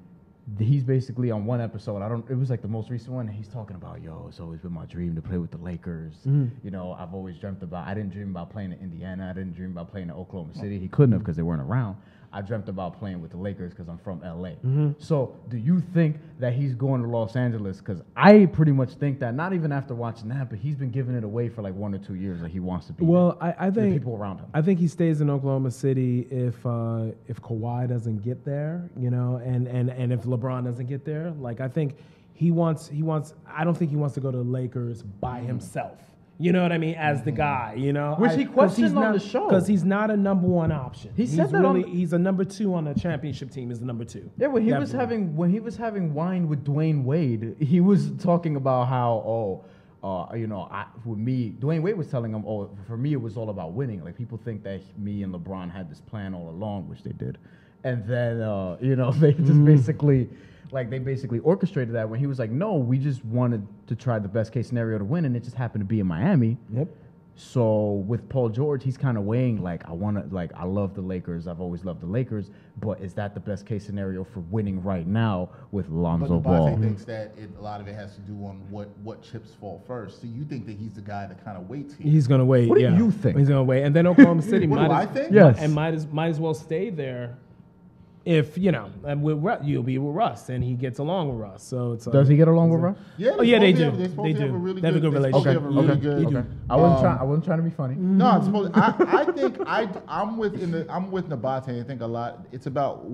S2: he's basically on one episode. I don't. It was like the most recent one. He's talking about, yo, it's always been my dream to play with the Lakers.
S3: Mm-hmm.
S2: You know, I've always dreamt about. I didn't dream about playing in Indiana. I didn't dream about playing in Oklahoma City. He couldn't have because they weren't around. I dreamt about playing with the Lakers because I'm from LA.
S3: Mm-hmm.
S2: So, do you think that he's going to Los Angeles? Because I pretty much think that, not even after watching that, but he's been giving it away for like one or two years that he wants to be.
S3: well, I, I
S2: there.
S3: think
S2: the people around him.
S3: I think he stays in Oklahoma City if uh, if Kawhi doesn't get there, you know, and, and and if LeBron doesn't get there. Like I think he wants he wants. I don't think he wants to go to the Lakers by himself. You know what I mean? As the guy, you know,
S2: Mm-hmm. Which he questioned on the show.
S3: because he's not a number one option.
S2: He
S3: he's
S2: said that on
S3: really,
S2: the-
S3: he's a number two on the championship team. Is the number two.
S2: Yeah, when he was
S3: Definitely.
S2: having when he was having wine with Dwayne Wade, he was talking about how oh, uh, you know, I with me, Dwayne Wade was telling him, oh, for me it was all about winning. Like people think that me and LeBron had this plan all along, which they did, and then uh, you know they just basically. Like they basically orchestrated that when he was like, "No, we just wanted to try the best case scenario to win, and it just happened to be in Miami."
S3: Yep.
S2: So with Paul George, he's kind of weighing like I want to like I love the Lakers. I've always loved the Lakers, but is that the best case scenario for winning right now with
S1: But
S2: Lonzo Ball?
S1: Devontae thinks that it, a lot of it has to do on what what chips fall first. So you think that he's the guy that kind of waits here?
S3: He's gonna wait.
S2: What do
S3: yeah.
S2: you think?
S3: He's gonna wait, and then Oklahoma City
S1: What
S3: might
S1: do
S3: as,
S1: I think?
S2: Yes.
S3: and might as might as well stay there. If you know, and with Ru- you'll be with Russ, and he gets along with Russ. So it's
S2: Does he get along with Russ?
S1: Yeah,
S3: Oh, yeah, they
S1: supposed to
S3: do.
S1: have- supposed
S3: They
S1: to have
S3: do.
S1: a really
S3: They have a good
S1: they're supposed to have
S3: relationship.
S1: a really
S3: Okay,
S1: good-
S3: okay.
S2: I wasn't
S1: Um,
S2: trying. I wasn't trying to be funny.
S1: No,
S3: Mm-hmm.
S1: it's supposed I, I think I I'm with in the I'm with Nabate. I think a lot it's about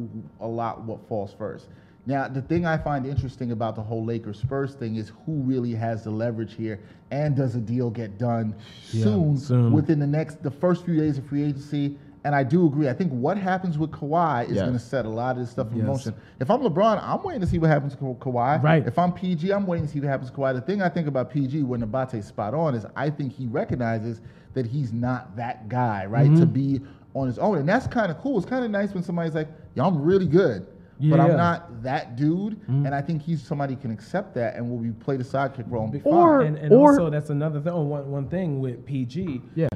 S1: a lot what falls first. Now the thing I find interesting about the whole Lakers Spurs thing is who really has the leverage here and does a deal get done soon,
S3: soon.
S1: within the next the first few days of free agency. And I do agree. I think what happens with Kawhi is
S2: Yes.
S1: going to set a lot of this stuff in
S3: Yes.
S1: motion. If I'm LeBron, I'm waiting to see what happens to Ka- Kawhi.
S3: Right.
S1: If I'm PG, I'm waiting to see what happens to Kawhi. The thing I think about PG when Nabate's spot on is I think he recognizes that he's not that guy, right? To
S3: Mm-hmm.
S1: be on his own. And that's kind of cool. It's kind of nice when somebody's like, yo, I'm really good. But
S3: Yeah. Mm.
S1: I'm not that dude, and I think he's somebody who can accept that and will be play the sidekick role and be fine.
S2: Or-
S3: and, and
S2: or-
S3: also that's another thing. Oh, one, one thing with PG,
S2: Yeah.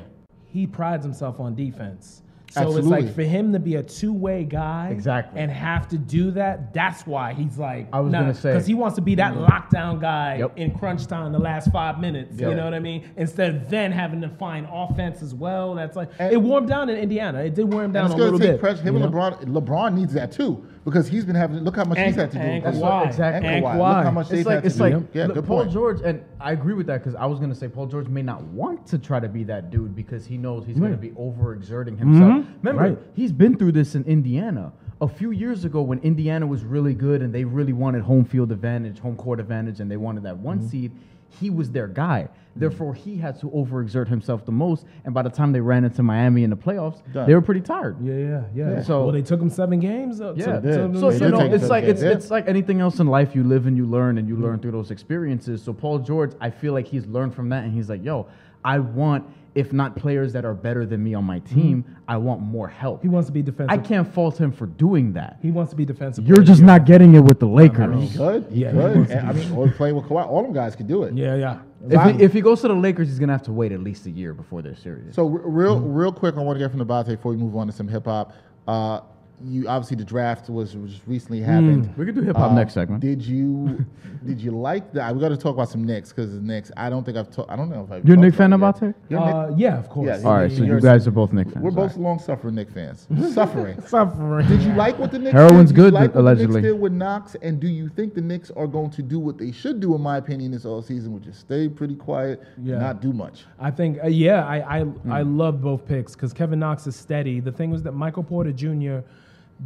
S3: he prides himself on defense. So it's
S1: Absolutely.
S3: like for him to be a two-way guy,
S2: Exactly.
S3: and have to do that. That's why he's like,
S2: I was gonna say- Mm-hmm.
S3: because he wants to be that lockdown guy
S2: Yep.
S3: in crunch time, the last five minutes.
S2: Yep.
S3: You know what I mean? Instead of then having to find offense as well. That's like
S1: And-
S3: it warmed down in Indiana. It did warm down
S1: And
S3: a
S1: it's going
S3: little
S1: to take
S3: bit.
S1: pressure. Him
S3: you
S1: and
S3: know?
S1: LeBron, LeBron needs that too because he's been having. Look how much he's
S3: And-
S1: had to do.
S3: and
S1: with this.
S3: Kawhi.
S2: Exactly.
S1: And
S3: And
S1: Kawhi.
S3: Kawhi.
S1: Look how much they've
S2: It's like
S1: had
S2: it's
S1: to
S2: like
S1: do. Yeah,
S2: look,
S1: good
S2: Paul
S1: point.
S2: George, and I agree with that because I was gonna say Paul George may not want to try to be that dude because he knows he's gonna be overexerting
S1: Mm-hmm.
S2: himself. Remember,
S3: Right.
S2: he's been through this in Indiana a few years ago when Indiana was really good and they really wanted home field advantage, home court advantage, and they wanted that one
S1: Mm-hmm.
S2: seed. He was their guy. Therefore, he had to overexert himself the most. And by the time they ran into Miami in the playoffs,
S1: Done.
S2: they were pretty tired.
S3: Yeah, yeah, yeah.
S1: Yeah.
S2: So-
S3: well, they took him seven games. Though,
S2: Yeah.
S1: did.
S3: to- to-
S2: So
S1: They
S2: you
S1: did
S2: know,
S1: take
S2: it's
S1: some
S2: like
S1: games.
S2: it's, it's like anything else in life. You live and you learn, and you learn through those experiences. So Paul George, I feel like he's learned from that, and he's like, "Yo, I want, if not players that are better than me on my team, I want more help."
S3: he wants to be defensive.
S2: I can't fault him for doing that.
S3: He wants to be defensive.
S2: You're
S3: player.
S2: just not getting it with the
S1: I mean, he
S2: Lakers.
S1: could. He
S3: Yeah, he
S1: could.
S3: wants
S1: And, I mean, or play with Kawhi. All them guys could do it.
S3: Yeah, yeah.
S2: If he, if he goes to the Lakers, he's gonna have to wait at least a year before they're serious.
S1: So re- real,
S2: Mm-hmm.
S1: real quick, I want to get from Nabate before we move on to some hip hop. Uh, you obviously the draft was, was recently happened.
S2: We could do Mm. hip hop
S1: Uh,
S2: next segment.
S1: Did you did you like that? We got to talk about some Knicks because the Knicks. I don't think I've. Ta- I don't know if I.
S2: You're a Knicks fan, Nabate?
S1: You're a Knick-
S3: Uh, yeah, of course.
S1: Yeah, he-
S2: E All right, so you guys are both Knicks fans.
S1: We're
S2: All right.
S1: both long suffering Knicks fans. Suffering.
S3: suffering.
S1: Did you like what the Knicks
S2: Heroin's
S1: did? Did you
S2: good,
S1: like what
S2: allegedly.
S1: The Knicks did with Knox, and do you think the Knicks are going to do what they should do, in my opinion, this all season, which is stay pretty quiet,
S3: Yeah.
S1: not do much?
S3: I think, uh, yeah, I I,
S1: Hmm.
S3: I love both picks because Kevin Knox is steady. The thing was that Michael Porter Jr.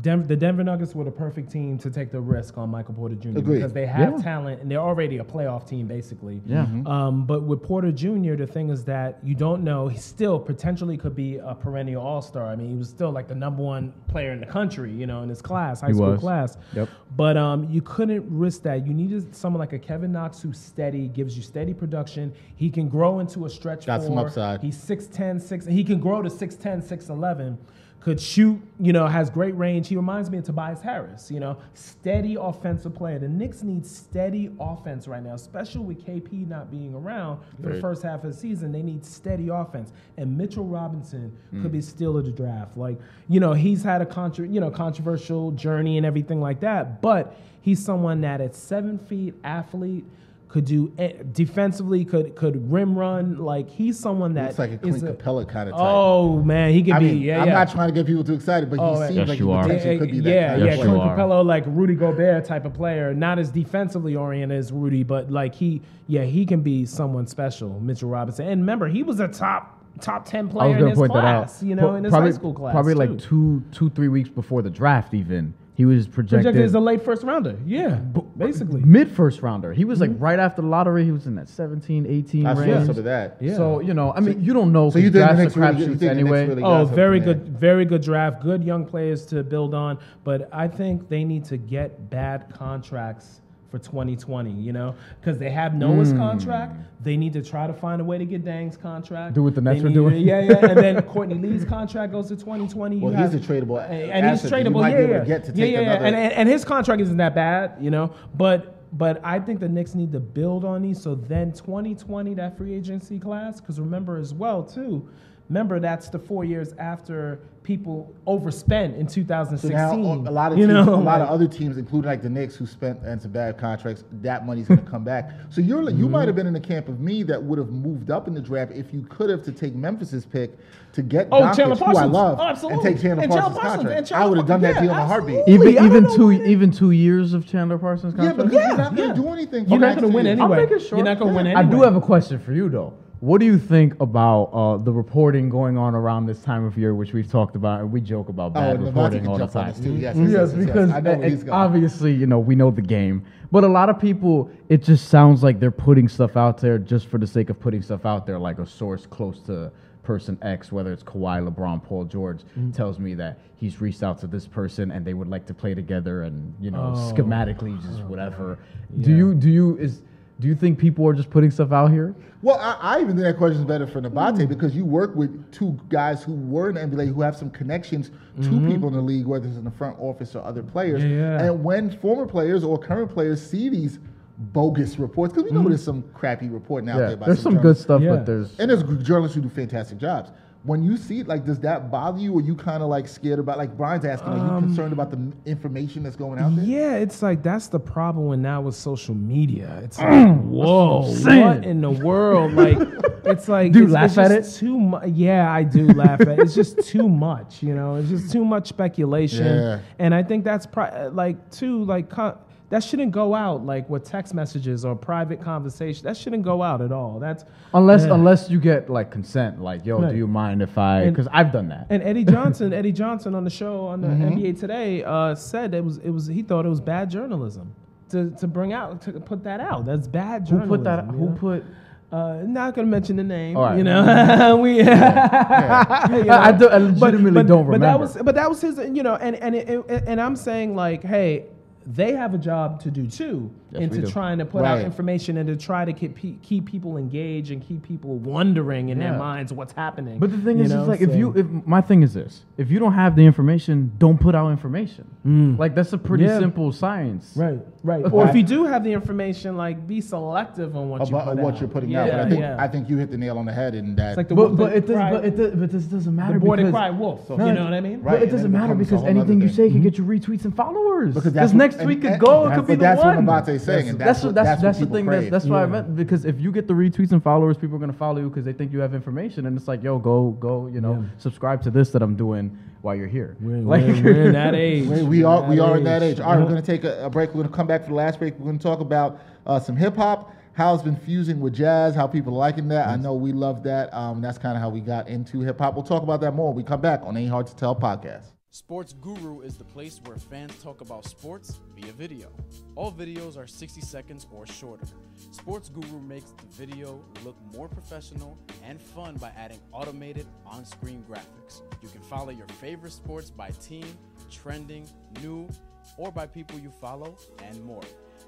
S3: Denver, the Denver Nuggets were the perfect team to take the risk on Michael Porter Jr.
S1: Agreed.
S3: because they have
S2: Yeah.
S3: talent and they're already a playoff team basically.
S2: Yeah. Mhm.
S3: Um, but with Porter Jr., the thing is that you don't know. He still potentially could be a perennial All Star. I mean, he was still like the number one player in the country, you know, in his class, high
S2: He
S3: school
S2: was.
S3: class.
S2: Yep.
S3: But um, you couldn't risk that. You needed someone like a Kevin Knox who's steady, gives you steady production. He can grow into a stretch
S1: Got some
S3: four.
S1: upside.
S3: He's 6'10", 6 He can grow to 6'10", 6'11". could shoot, you know, has great range. He reminds me of Tobias Harris, you know, steady offensive player. The Knicks need steady offense right now, especially with KP not being around for the
S4: Right.
S3: first half of the season. They need steady offense. And Mitchell Robinson could be still of the draft. Like, you know, he's had a contra- you know, controversial journey and everything like that, but he's someone that at seven feet athlete could do eh, defensively, could could rim run. Like he's someone that
S1: Looks like a
S3: is
S1: Clint Capella kind of type.
S3: Oh man, he could
S1: I
S3: be.
S1: mean,
S3: yeah,
S1: I'm
S3: yeah.
S1: not trying to get people too excited, but
S3: Oh,
S1: he
S3: yeah.
S1: seems
S4: Yes,
S1: like
S4: you
S1: he
S4: are.
S1: potentially
S3: Yeah,
S1: could be that.
S3: yeah,
S1: kind of
S4: Yes,
S1: player.
S3: yeah. Clint
S4: you are.
S3: Capella, like Rudy Gobert type of player, not as defensively oriented as Rudy, but like he, yeah, he can be someone special. Mitchell Robinson, and remember, he was a top top ten
S2: I was
S3: player in
S2: gonna
S3: his
S2: point
S3: class,
S2: that out.
S3: you know,
S2: Pro-
S3: in his
S2: probably,
S3: high school class.
S2: Probably
S3: too.
S2: like two, two, three weeks before the draft, even he was projected,
S3: projected as a late first rounder. Yeah, basically.
S2: mid first rounder. He was like
S3: Mm-hmm.
S2: right after the lottery. He was in that 17, 18
S1: I saw
S2: range.
S1: some of that.
S3: Yeah.
S2: So you know, I mean, you don't know.
S1: So you think
S2: 'cause
S1: the
S2: drafts are
S1: Knicks really- you
S2: crapshoots
S1: think the Knicks
S2: anyway.
S1: really- got
S3: Oh,
S1: something
S3: very
S1: there.
S3: good, very good draft. Good young players to build on, but I think they need to get bad contracts for 2020. You know, because they have Noah's
S2: Hmm.
S3: contract. They need to try to find a way to get Dang's contract.
S2: Do what the Nets
S3: They
S2: are
S3: need-
S2: doing.
S3: Yeah, yeah. And then Courtney Lee's contract goes to 2020. You
S1: Well, he's
S3: have-
S1: a tradable
S3: and, and he's
S1: asset that you
S3: tradable.
S1: might
S3: Yeah,
S1: be able to
S3: yeah.
S1: get to
S3: yeah,
S1: take
S3: yeah, yeah.
S1: another-
S3: And, and, and his contract isn't that bad, you know. But but I think the Knicks need to build on these. So then 2020, that free agency class, because remember as well too, remember that's the four years after people overspent in 2016.
S1: now a lot of
S3: you
S1: teams,
S3: know,
S1: a lot of
S3: like-
S1: other teams, including like the Knicks, who spent and some bad contracts, that money's going to come back. So you're you might
S3: Mm-hmm.
S1: have been in the camp of me that would have moved up in the draft if you could have to take Memphis's pick to get
S3: Oh,
S1: Doncic,
S3: Chandler
S1: who I
S3: Parsons.
S1: love,
S3: Oh, absolutely.
S1: and take Chandler
S3: And Chandler
S1: Parsons'
S3: Parsons,
S1: contract.
S3: and Chandler
S1: I would have done that
S3: Parsons.
S1: deal in a
S3: Yeah,
S1: heartbeat.
S3: absolutely.
S2: Even
S3: I don't
S2: even
S3: know
S2: two
S3: why they-
S2: even two years of Chandler Parsons
S1: Yeah,
S2: contract.
S1: but
S3: Yeah,
S1: you're not going
S3: yeah.
S1: to do anything. for
S3: You're not
S1: next
S3: gonna win
S1: year.
S3: anyway.
S2: I'll make it short.
S3: You're not gonna win
S2: I do
S3: anyway.
S2: have a question for you though. What do you think about uh, the reporting going on around this time of year, which we've talked about and we joke about
S1: Oh,
S2: bad
S1: Levante
S2: reporting
S1: can
S2: all the
S1: jump on
S2: time?
S1: this too. Yes, yes,
S2: Mm-hmm. yes,
S1: yes, yes,
S2: because
S1: yes. I know where
S2: it-
S1: he's going.
S2: obviously you know we know the game, but a lot of people it just sounds like they're putting stuff out there just for the sake of putting stuff out there, like a source close to person X, whether it's Kawhi, LeBron, Paul George, tells me that he's reached out to this person and they would like to play together and you know
S3: Oh.
S2: schematically just whatever. Do you do you is do you think people are just putting stuff out here?
S1: Well, I, I even think that question's better for
S2: Mm-hmm.
S1: Nabate because you work with two guys who were in the NBA who have some connections to
S2: Mm-hmm.
S1: people in the league, whether it's in the front office or other players.
S3: Yeah, yeah.
S1: And when former players or current players see these bogus reports, because we know there's some crappy reporting out
S2: Mm-hmm. Yeah,
S1: there. By
S2: there's
S1: some
S2: some good
S1: journalists.
S2: stuff,
S3: Yeah.
S2: but there's
S1: And there's journalists who do fantastic jobs. When you see it, like, does that bother you? Or you kind of like scared about, like Brian's asking, are
S2: Um,
S1: you concerned about the information that's going out there?
S3: Yeah, it's like that's the problem when now with social media. It's like, whoa,
S2: saying.
S3: what in the world? Like, it's like,
S2: Do you
S3: it's,
S2: laugh
S3: it's
S2: at
S3: just Too mu- yeah, I do laugh at. it. It's just too much, you know. It's just too much speculation,
S1: Yeah.
S3: and I think that's pri- uh, like too like. Con- that shouldn't go out like with text messages or private conversation. That shouldn't go out at all. That's
S2: Unless
S3: Yeah.
S2: unless you get like consent, like yo,
S3: Right.
S2: do you mind if I?
S3: And-
S2: Because I've done that.
S3: And Eddie Johnson, Eddie Johnson on the show on
S2: Mm-hmm.
S3: the NBA Today uh, said that it was it was he thought it was bad journalism to, to bring out to put that out. That's bad
S2: who
S3: journalism.
S2: put that? Who put?
S3: Uh, not gonna mention the name.
S2: All right.
S3: You know, we. you know.
S2: I, do, I legitimately don't remember.
S3: But that was but that was his you know and and it, it- and I'm saying like hey they have a job to do too
S2: Yes, we
S3: into
S2: do.
S3: trying to put out
S1: Right.
S3: information and to try to keep pe- keep people engaged and keep people wondering in
S2: Yeah.
S3: their minds what's happening.
S2: But the thing
S3: you
S2: is,
S3: know,
S2: it's like if
S3: so-
S2: you, if my thing is this: if you don't have the information, don't put out information. Like that's a pretty
S3: Yeah.
S2: simple science.
S3: Right, right. Or if you do have the information, like be selective on what
S1: About
S3: you put
S1: what
S3: out.
S1: you're putting
S3: yeah,
S1: out. But I think,
S3: yeah.
S1: I think you hit the nail on the head in that.
S3: it's like the
S2: But
S3: wolf
S2: but
S3: that
S2: it does,
S3: cried-
S2: but it does, but this doesn't matter
S3: the boy that
S2: because
S3: cried wolf.
S2: No,
S3: you
S2: it-
S3: know what I mean?
S1: Right,
S2: But it
S1: and
S2: doesn't
S1: then it becomes
S2: matter
S1: a
S2: because
S1: whole nother
S2: anything you
S1: thing.
S2: say can get you retweets and followers.
S1: Because
S2: Because
S1: that's what-
S2: next
S1: and-
S2: week could
S1: and-
S2: go, it
S1: that's
S2: could be
S1: what-
S2: the
S1: that's what
S2: one.
S1: Mbappe saying, and that's what- that's what
S2: that's the
S1: people
S2: thing. That's,
S1: crave.
S2: that's what I
S3: Yeah.
S2: meant. Because if you get the retweets and followers, people are gonna follow you because they think you have information, and it's like, yo, go, go, you know, subscribe to this that I'm doing while you're here.
S3: We're,
S2: like
S3: we're, we're in that age.
S1: We, we are we are in that age. All right,
S3: Uh-huh.
S1: we're gonna take a, a break. We're gonna come back for the last break. We're gonna talk about uh, some hip hop, how it's been fusing with jazz, how people are liking that. I know we love that. Um, that's kind of how we got into hip hop. We'll talk about that more. when We come back on Ain't Hard to Tell podcast.
S5: Sports Guru is the place where fans talk about sports via video. All videos are 60 seconds or shorter. Sports Guru makes the video look more professional and fun by adding automated on screen graphics. You can follow your favorite sports by team, trending, new, or by people you follow, and more.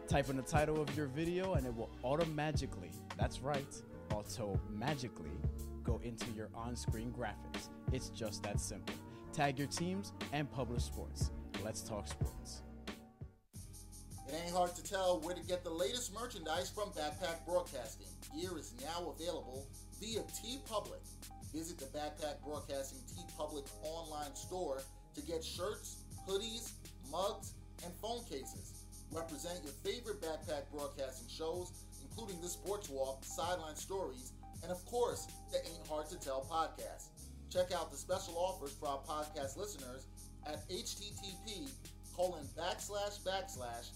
S5: Type in the title of your video and it will automatically, that's right, automatically go into your on screen graphics. It's just that simple. tag your teams, and publish sports. Let's talk sports.
S4: It ain't hard to tell where to get the latest merchandise from Backpack Broadcasting. Gear is now available via T Public. Visit the Backpack Broadcasting T Public online store to get shirts, hoodies, mugs, and phone cases. Represent your favorite Backpack Broadcasting shows, including The Sports Walk, Sideline Stories, and of course, the Ain't Hard to Tell podcast. Check out the special offers for our podcast listeners at http colon backslash backslash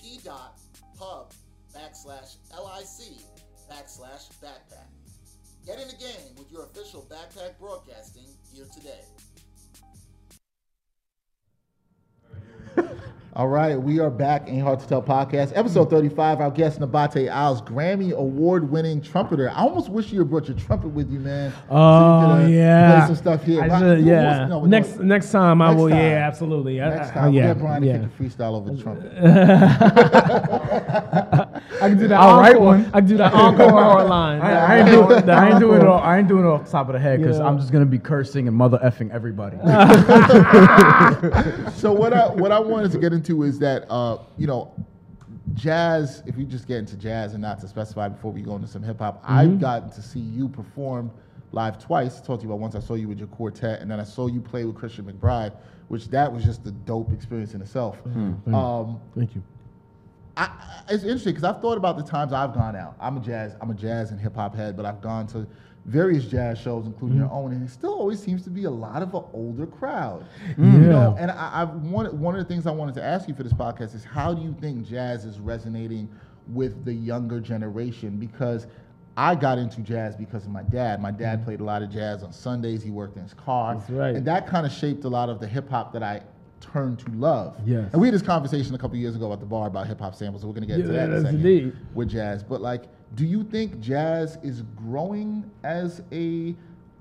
S4: t dot pub backslash lic backslash backpack. Get in the game with your official backpack broadcasting here today.
S1: All right, we are back in Hard to Tell podcast, episode 35. Our guest, Nabate Isles, Grammy award winning trumpeter. I almost wish you had brought your trumpet with you, man.
S3: Oh
S1: so you could, uh,
S3: yeah,
S1: Play some stuff here.
S3: I
S1: But I-
S3: should-
S1: you
S3: yeah.
S1: almost- no, we're
S3: next
S1: doing-
S3: next time I
S1: Next
S3: will.
S1: time.
S3: Yeah, absolutely. I-
S1: next
S3: I-
S1: time,
S3: yeah,
S1: yeah, Brian
S3: yeah.
S1: to kick a freestyle over the trumpet.
S6: I can do that.
S3: I'll write
S6: encore.
S3: one. I can do the encore line.
S2: I, I ain't doing, I ain't doing it
S3: all.
S2: all. I ain't doing it off the top of the head because
S3: Yeah.
S2: I'm just gonna be cursing and mother effing everybody.
S1: so what I what I wanted to get into is that uh, you know, jazz. If you just get into jazz and not to specify before we go into some hip hop, I've gotten to see you perform live twice. Talked to you about once. I saw you with your quartet, and then I saw you play with Christian McBride, which that was just a dope experience in itself. Um,
S3: Thank you.
S1: I, I- it's interesting because I've thought about the times I've gone out. I'm a jazz, I'm a jazz and hip hop head, but I've gone to various jazz shows, including
S3: Mm.
S1: your own, and it still always seems to be a lot of an older crowd.
S3: Mm.
S1: You know, and I, I wanted one of the things I wanted to ask you for this podcast is how do you think jazz is resonating with the younger generation? Because I got into jazz because of my dad. My dad played a lot of jazz on Sundays. He worked in his car,
S3: Mm. That's right.
S1: and that kind of shaped a lot of the hip hop that I turned to love.
S3: Yes.
S1: and we had this conversation a couple years ago at the bar about hip hop samples. So we're gonna get to
S3: Yeah,
S1: that in a
S3: that's
S1: second
S3: indeed.
S1: with jazz. But like, do you think jazz is growing as a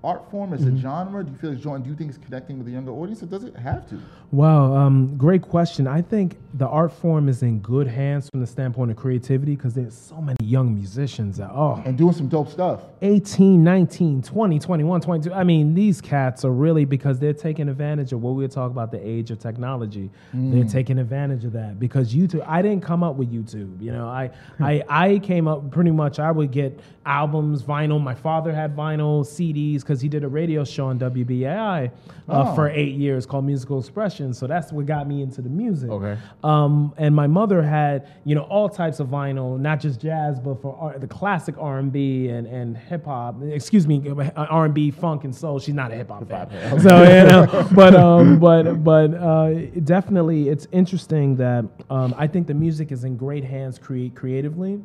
S1: art form,
S3: Mm-hmm.
S1: as a genre? Do you feel it's growing? Do you think it's connecting with the younger audience? Or does it have to?
S3: Wow, um, great question. I think the art form is in good hands from the standpoint of creativity because there's so many young musicians. That, oh,
S1: And doing some dope stuff.
S3: 18, 19, 20, 21, 22. I mean, these cats are really because they're taking advantage of what we were talking about the age of technology. They're taking advantage of that because YouTube, I didn't come up with YouTube. You know, I, I, I came up pretty much, I would get albums, vinyl. My father had vinyl, CDs, because he did a radio show on WBAI uh, for eight years called Musical Expression. So that's what got me into the music.
S2: Okay.
S3: Um, and my mother had, you know, all types of vinyl, not just jazz, but for R- the classic R and B and and hip hop. Excuse me, R and B, funk, and soul. She's not a hip hop fan, so you know. But um, but but uh, it definitely, it's interesting that um, I think the music is in great hands create creatively.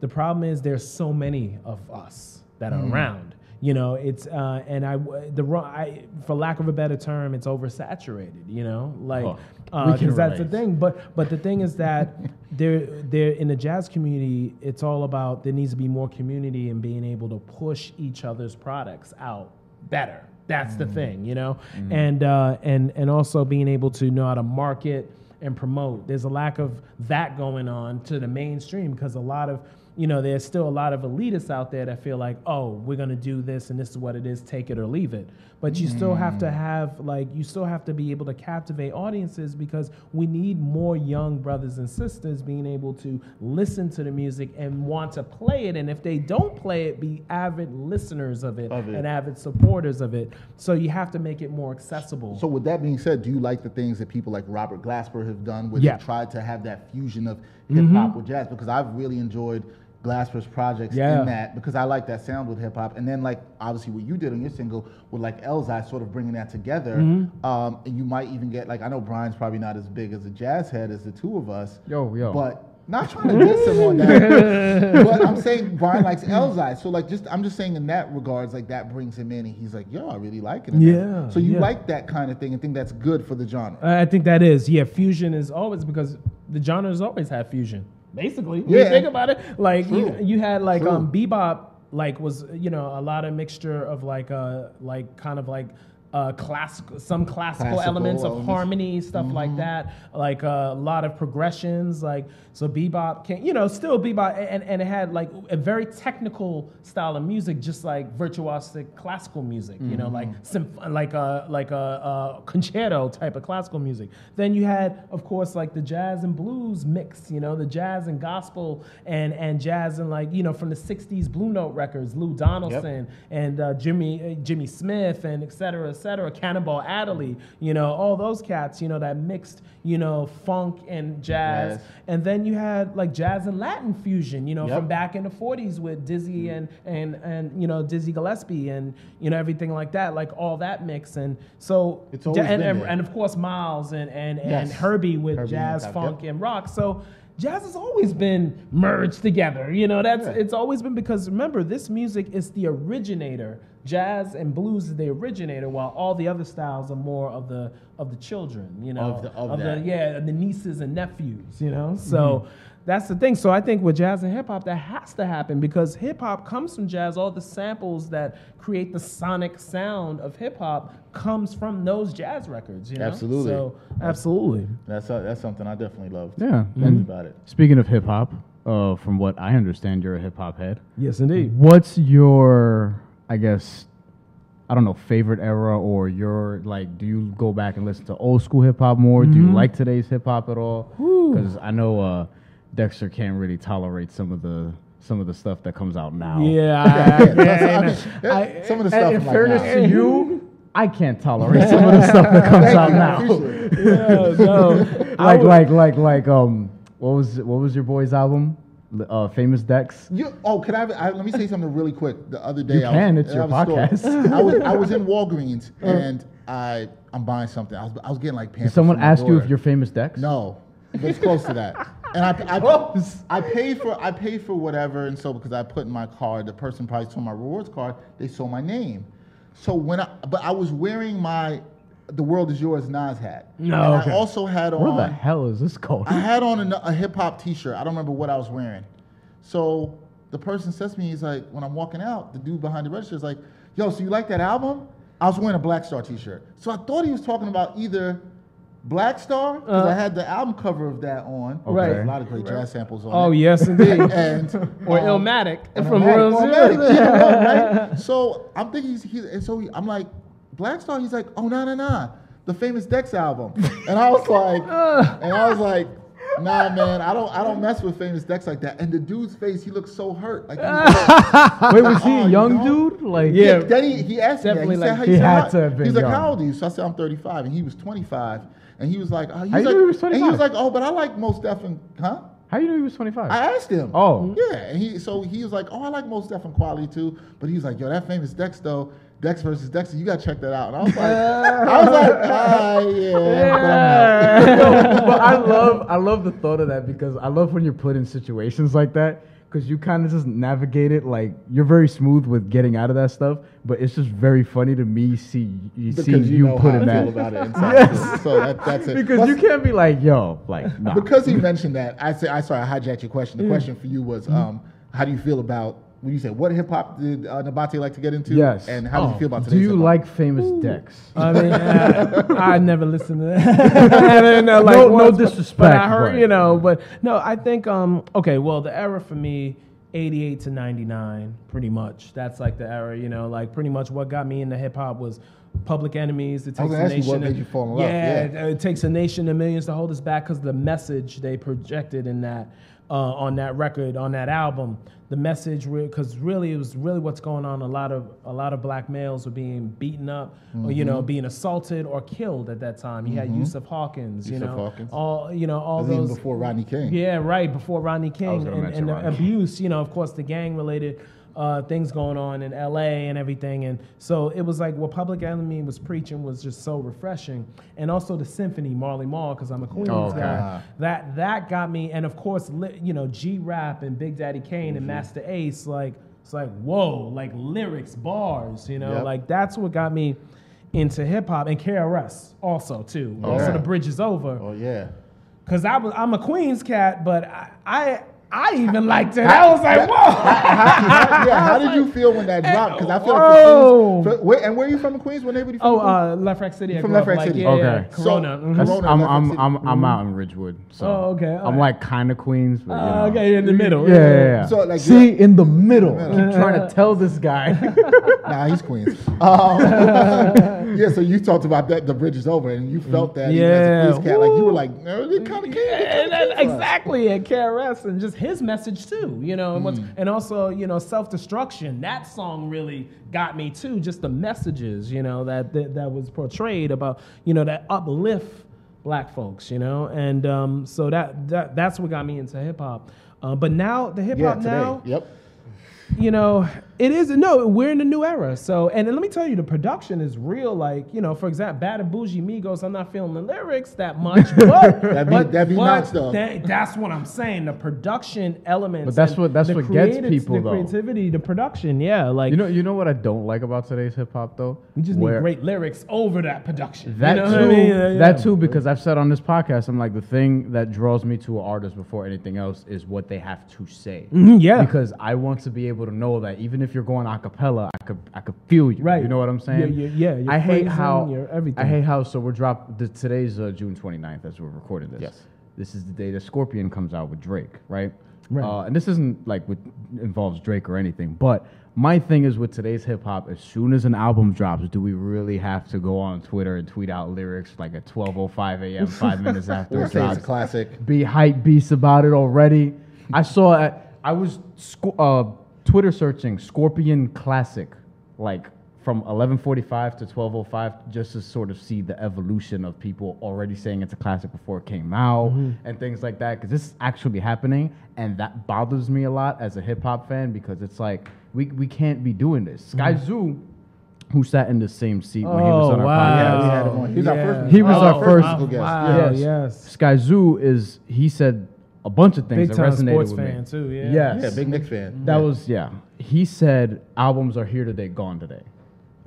S3: The problem is there's so many of us that are around. You know, it's uh, and I w- the wrong, I for lack of a better term, it's oversaturated. You know, like
S2: Huh.
S3: uh,
S2: We can
S3: 'cause that's the
S2: relate.
S3: thing thing, But but the thing is that there there in the jazz community, it's all about there needs to be more community and being able to push each other's products out better. That's
S2: Mm.
S3: the thing, you know, and uh, and and also being able to know how to market and promote. There's a lack of that going on to the mainstream because a lot of you know there's still a lot of elitists out there that feel like oh we're going to do this and this is what it is take it or leave it but you still have
S1: Mm.
S3: to have like you still have to be able to captivate audiences because we need more young brothers and sisters being able to listen to the music and want to play it and if they don't play it be avid listeners of it,
S1: Of it.
S3: and avid supporters of it so you have to make it more accessible
S1: So with that being said, do you like the things that people like Robert Glasper have done where
S3: Yeah. Mm-hmm.
S1: they've tried to have that fusion of hip hop with jazz? Because I've really enjoyed Glasper's projects
S3: Yeah.
S1: in that because I like that sound with hip hop. And then like obviously what you did on your single with like Elzai sort of bringing that together.
S3: Mm-hmm.
S1: Um, and you might even get like I know Brian's probably not as big as a jazz head as the two of us.
S2: Yo, yo.
S1: But not trying to diss him on that. but I'm saying Brian likes Elzai. So like just I'm just saying in that regards, like that brings him in and he's like, yo, I really like it. And
S3: Yeah,
S1: So you
S3: yeah.
S1: like that kind of thing and think that's good for the genre.
S3: I I think that is. Yeah, fusion is always because the genre has always had fusion. Basically, when you
S1: Yeah.
S3: think about it, like you,
S1: True.
S3: you had like
S1: True.
S3: um bebop like was you know a lot of mixture of like uh like kind of like uh, classic, some classical,
S1: Classical
S3: elements of
S1: elements.
S3: harmony, stuff like that. Like uh, a lot of progressions, like so bebop can you know still bebop, a- and, and it had like a very technical style of music, just like virtuosic classical music, you know, like symph- like a like a, uh concerto type of classical music. Then you had, of course, like the jazz and blues mix, you know, the jazz and gospel and and jazz and like you know from the '60s Blue Note records, Lou Donaldson and uh, Jimmy uh, Jimmy Smith and et cetera, et cetera, Cannonball Adderley, you know, all those cats, you know, that mixed, you know, funk and jazz.
S1: Jazz.
S3: And then you had like jazz and Latin fusion, you know,
S1: Yep. Mm-hmm.
S3: from back in the 40s with Dizzy and, and, and, you know, Dizzy Gillespie and, you know, everything like that, like all that mix. And so,
S1: It's always
S3: and,
S1: been
S3: and,
S1: there.
S3: and of course, Miles and, and, and
S1: Yes.
S3: Herbie with
S1: Herbie
S3: jazz,
S1: Hancock,
S3: funk,
S1: yep.
S3: and rock. So, Jazz has always been merged together, you know. That's
S1: Yeah.
S3: it's it's always been because remember this music is the originator jazz and blues is the originator while all the other styles are more of the of the children you know
S1: Of the- of that. Mm-hmm.
S3: yeah the nieces and nephews you know so that's the thing so i think with jazz and hip-hop that has to happen because hip-hop comes from jazz all the samples that create the sonic sound of hip-hop comes from those jazz records you know
S1: Absolutely.
S3: so absolutely
S1: That's uh, that's something I definitely love.
S6: Yeah. And
S1: about it.
S6: speaking of hip hop, uh, from what I understand, you're a hip hop head.
S7: Yes, indeed.
S6: What's your, I guess, I don't know, favorite era or your like? Do you go back and listen to old school hip hop more? Do
S2: Mm-hmm.
S6: you like today's hip hop at all? Because I know uh, Dexter can't really tolerate some of the some of the stuff that comes out now.
S7: Yeah, I-
S1: Yeah, that's- I mean, that- some of the
S6: And
S1: stuff
S6: in
S1: I'm like,
S6: fairness
S1: nah.
S6: to you, I can't tolerate some of the stuff that comes out now.
S1: Appreciate it.
S3: yeah, no, I
S6: Like
S3: would-
S6: like like like um, what was what was your boy's album? L- Uh, Famous Dex.
S1: You, oh, can I, I? Let me say something really quick. The other day,
S6: You
S1: I
S6: can,
S1: Was,
S6: it's your
S1: I was
S6: podcast. Oh.
S1: I was I was in Walgreens and I I'm buying something. I was, I was getting like pamphlets.
S6: Someone
S1: from my
S6: asked you
S1: daughter.
S6: if you're Famous Dex.
S1: No, but it's close to that. And I,
S6: Close.
S1: I, I paid for I paid for whatever, and so because I put in my card, the person probably saw my rewards card. They saw my name. So when I but I was wearing my "The World Is Yours" Nas hat.
S3: No,
S1: and
S3: okay.
S1: I also had on
S6: Where the hell is this going?
S1: I had on a, a hip hop t shirt. I don't remember what I was wearing. So the person says to me, he's like, when I'm walking out, the dude behind the register is like, yo, so you like that album? I was wearing a Black Star t shirt. So I thought he was talking about either Black Star, because
S3: Uh.
S1: I had the album cover of that on.
S6: Right.
S1: There's A lot of great jazz samples on
S3: oh
S1: it.
S3: yes indeed
S1: And,
S3: or
S1: um,
S3: Illmatic
S1: and
S3: from
S1: Illmatic-
S3: World
S1: Illmatic,
S3: Zero.
S1: yeah, I know, right? So I'm thinking he's, he's and so he, I'm like, Black Star, he's like, oh no, no, no. The famous Dex album. And I was like, and I was like, nah, man, I don't I don't mess with famous Dex like that. And the dude's face, he looked so hurt. Like he was
S6: Wait, was he
S1: Oh,
S6: a
S1: you
S6: young
S1: know?
S6: dude? Like,
S1: yeah, then he, he asked
S3: Definitely
S1: me that. He said,
S3: like-
S1: how,
S6: he
S1: he said,
S6: had
S1: how-
S6: to have been
S1: He's like,
S6: young.
S1: how old are you? So I said, I'm 35. And he was 25. And he was like, oh, he's
S6: How you
S1: like,
S6: know he was
S1: and he was
S6: 25?
S1: like, oh, but I like most Def and, huh?
S6: How you know he was 25?
S1: I asked him.
S6: Oh.
S1: Yeah, and he so he was like, oh, I like most Def and Quality too, but he was like, yo, that famous Dex though, Dex versus Dexter, you gotta check that out. And I was like, I was like, ah, yeah, but I'm out.
S6: but I love, I love the thought of that because I love when you're put in situations like that because you kind of just navigate it. Like you're very smooth with getting out of that stuff, but it's just very funny to me see you see
S1: Because
S6: you,
S1: know
S6: put
S1: how
S6: it
S1: I feel
S6: back
S1: about it inside. So that, that's it.
S6: because
S1: Plus-
S6: you can't be like, yo, like, nah.
S1: because he mentioned that, I say, I sorry, I hijacked your question. The question for you was, um, how do you feel about when you said what hip hop did uh, Nabate like to get into?
S6: yes. Oh.
S1: and how do you feel about
S6: Do
S1: today's?
S6: you
S1: hip-hop?
S6: like famous Dex?
S3: I mean, uh, I never listened to that. I didn't know, like,
S6: No- no
S3: once, but- But I
S6: disrespect,
S3: heard,
S6: but-
S3: you know, but no, I think, um, okay, well, the era for me, 88 to 99, pretty much. That's like the era, you know, like pretty much what got me into hip hop was Public Enemies. It
S1: I was
S3: takes
S1: gonna
S3: a
S1: ask you
S3: nation.
S1: what
S3: and-
S1: made you fall in love,
S3: Yeah,
S1: yeah.
S3: uh, it takes a nation and millions to hold us back because the message they projected in that uh, on that record on that album the message because really it was really what's going on a lot of a lot of black males were being beaten up or you
S1: Mm-hmm.
S3: know being assaulted or killed at that time you had Yusuf Hawkins you
S1: Yusuf
S3: know
S1: Hawkins.
S3: all you know all
S1: This is
S3: those
S1: even before Rodney King?
S3: yeah, right. Before Rodney King
S6: gonna
S3: and,
S6: mention
S3: and the
S6: Rodney.
S3: abuse, you know, of course, the gang related uh, things going on in LA and everything. And so it was like what Public Enemy was preaching was just so refreshing. And also the symphony, Marley Marl, because I'm a Queens
S6: Oh, okay.
S3: guy. That that got me. And of course, li- you know, G Rap and Big Daddy Kane
S6: Mm-hmm.
S3: and Master Ace, like, it's like, whoa, like lyrics, bars, you know,
S1: Yep.
S3: like that's what got me into hip hop and KRS also, too. Also,
S1: yeah.
S3: The Bridge is Over.
S1: Oh yeah.
S3: Cause I was I'm a Queens cat, but I I, I even liked it. I was like, whoa.
S1: How, yeah, how did you feel when that dropped? Because I feel
S3: Whoa.
S1: like the Queens, where, and where are you from in Queens? What neighborhood you from?
S3: Oh, uh, Left Rack City. I
S1: From
S3: grew
S1: Left
S3: up,
S1: Rack
S3: like,
S1: City.
S3: Yeah,
S6: Okay.
S3: yeah,
S1: So-
S3: Corona. mhm.
S1: Corona,
S6: That's- I'm,
S1: Left Hook
S6: I'm,
S1: City.
S6: I'm, I'm out in Ridgewood. So
S3: Oh, okay, all
S6: I'm
S3: right.
S6: like kind of Queens, but you
S3: Uh,
S6: know.
S3: okay, in the middle.
S6: Yeah, yeah, yeah.
S1: So, like,
S6: See,
S1: you're-
S6: in the middle. I keep trying to tell this guy.
S3: uh,
S1: Nah, he's Queens. Um, yeah, so you talked about that. The bridge is over, and you felt that. even as a
S3: Yeah,
S1: Queens cat, like you were
S3: woo.
S1: like, no, they kind of
S3: and
S1: came.
S3: then exactly at KRS and just his message too, you know, and what's
S1: Mm.
S3: and also you know self destruction. That song really got me too. Just the messages, you know, that that, that was portrayed about you know that uplift black folks, you know, and um, so that that that's what got me into hip hop. Uh, but now the hip
S1: Yeah,
S3: hop
S1: today.
S3: now,
S1: Yep.
S3: you know, it is no, we're in a new era. So, and, and let me tell you, the production is real. Like, you know, for example, Bad and Bougie Migos, I'm not feeling the lyrics that much, but
S1: That be-
S3: but,
S1: that be
S3: but
S1: nuts, though.
S3: that- that's what I'm saying. The production elements,
S6: But that's
S3: and
S6: what- that's
S3: the
S6: what gets
S3: creative-
S6: people,
S3: the
S6: though.
S3: creativity, the production. Yeah, like
S6: you know, you know what I don't like about today's hip hop though.
S3: we just
S6: Where-
S3: need great lyrics over that production.
S6: That
S3: you know
S6: too.
S3: what I mean? Yeah, yeah.
S6: That too, because I've said on this podcast, I'm like the thing that draws me to an artist before anything else is what they have to say.
S3: Mhm, yeah.
S6: Because I want to be able to know that even if you're going a cappella, I could I could feel you.
S3: Right.
S6: You know what I'm saying?
S3: Yeah, yeah, yeah. Your
S6: I hate
S3: phrasing,
S6: how
S3: your everything.
S6: I hate how. So we're drop the, today's uh, June 29th as we're recording this.
S1: Yes.
S6: This is the day that Scorpion comes out with Drake, right?
S3: Right.
S6: Uh, and this isn't like with involves Drake or anything, but my thing is with today's hip hop. As soon as an album drops, do we really have to go on Twitter and tweet out lyrics like at twelve oh five a.m. five minutes after
S1: We'll
S6: it
S1: say it's
S6: drops?
S1: a classic.
S6: Be hype beast about it already. I saw it. I was sco- uh, Twitter searching Scorpion Classic, like from 11:45 to 12:05, just to sort of see the evolution of people already saying it's a classic before it came out and things like that. Because this is actually happening, and that bothers me a lot as a hip hop fan because it's like we we can't be doing this. Sky Zoo, who sat in the same seat when he was on our podcast,
S1: we had him on. He was our first-
S6: He was our first-
S1: musical guest.
S3: Wow,
S6: Yes.
S3: yes.
S6: Sky Zoo is he said a bunch of things
S3: Big
S6: that
S3: time
S6: resonated
S3: sports
S6: with
S3: fan
S6: me.
S3: too. Yeah.
S6: Yes.
S1: Yeah, big Knicks fan.
S6: that was yeah. He said albums are here today, gone today.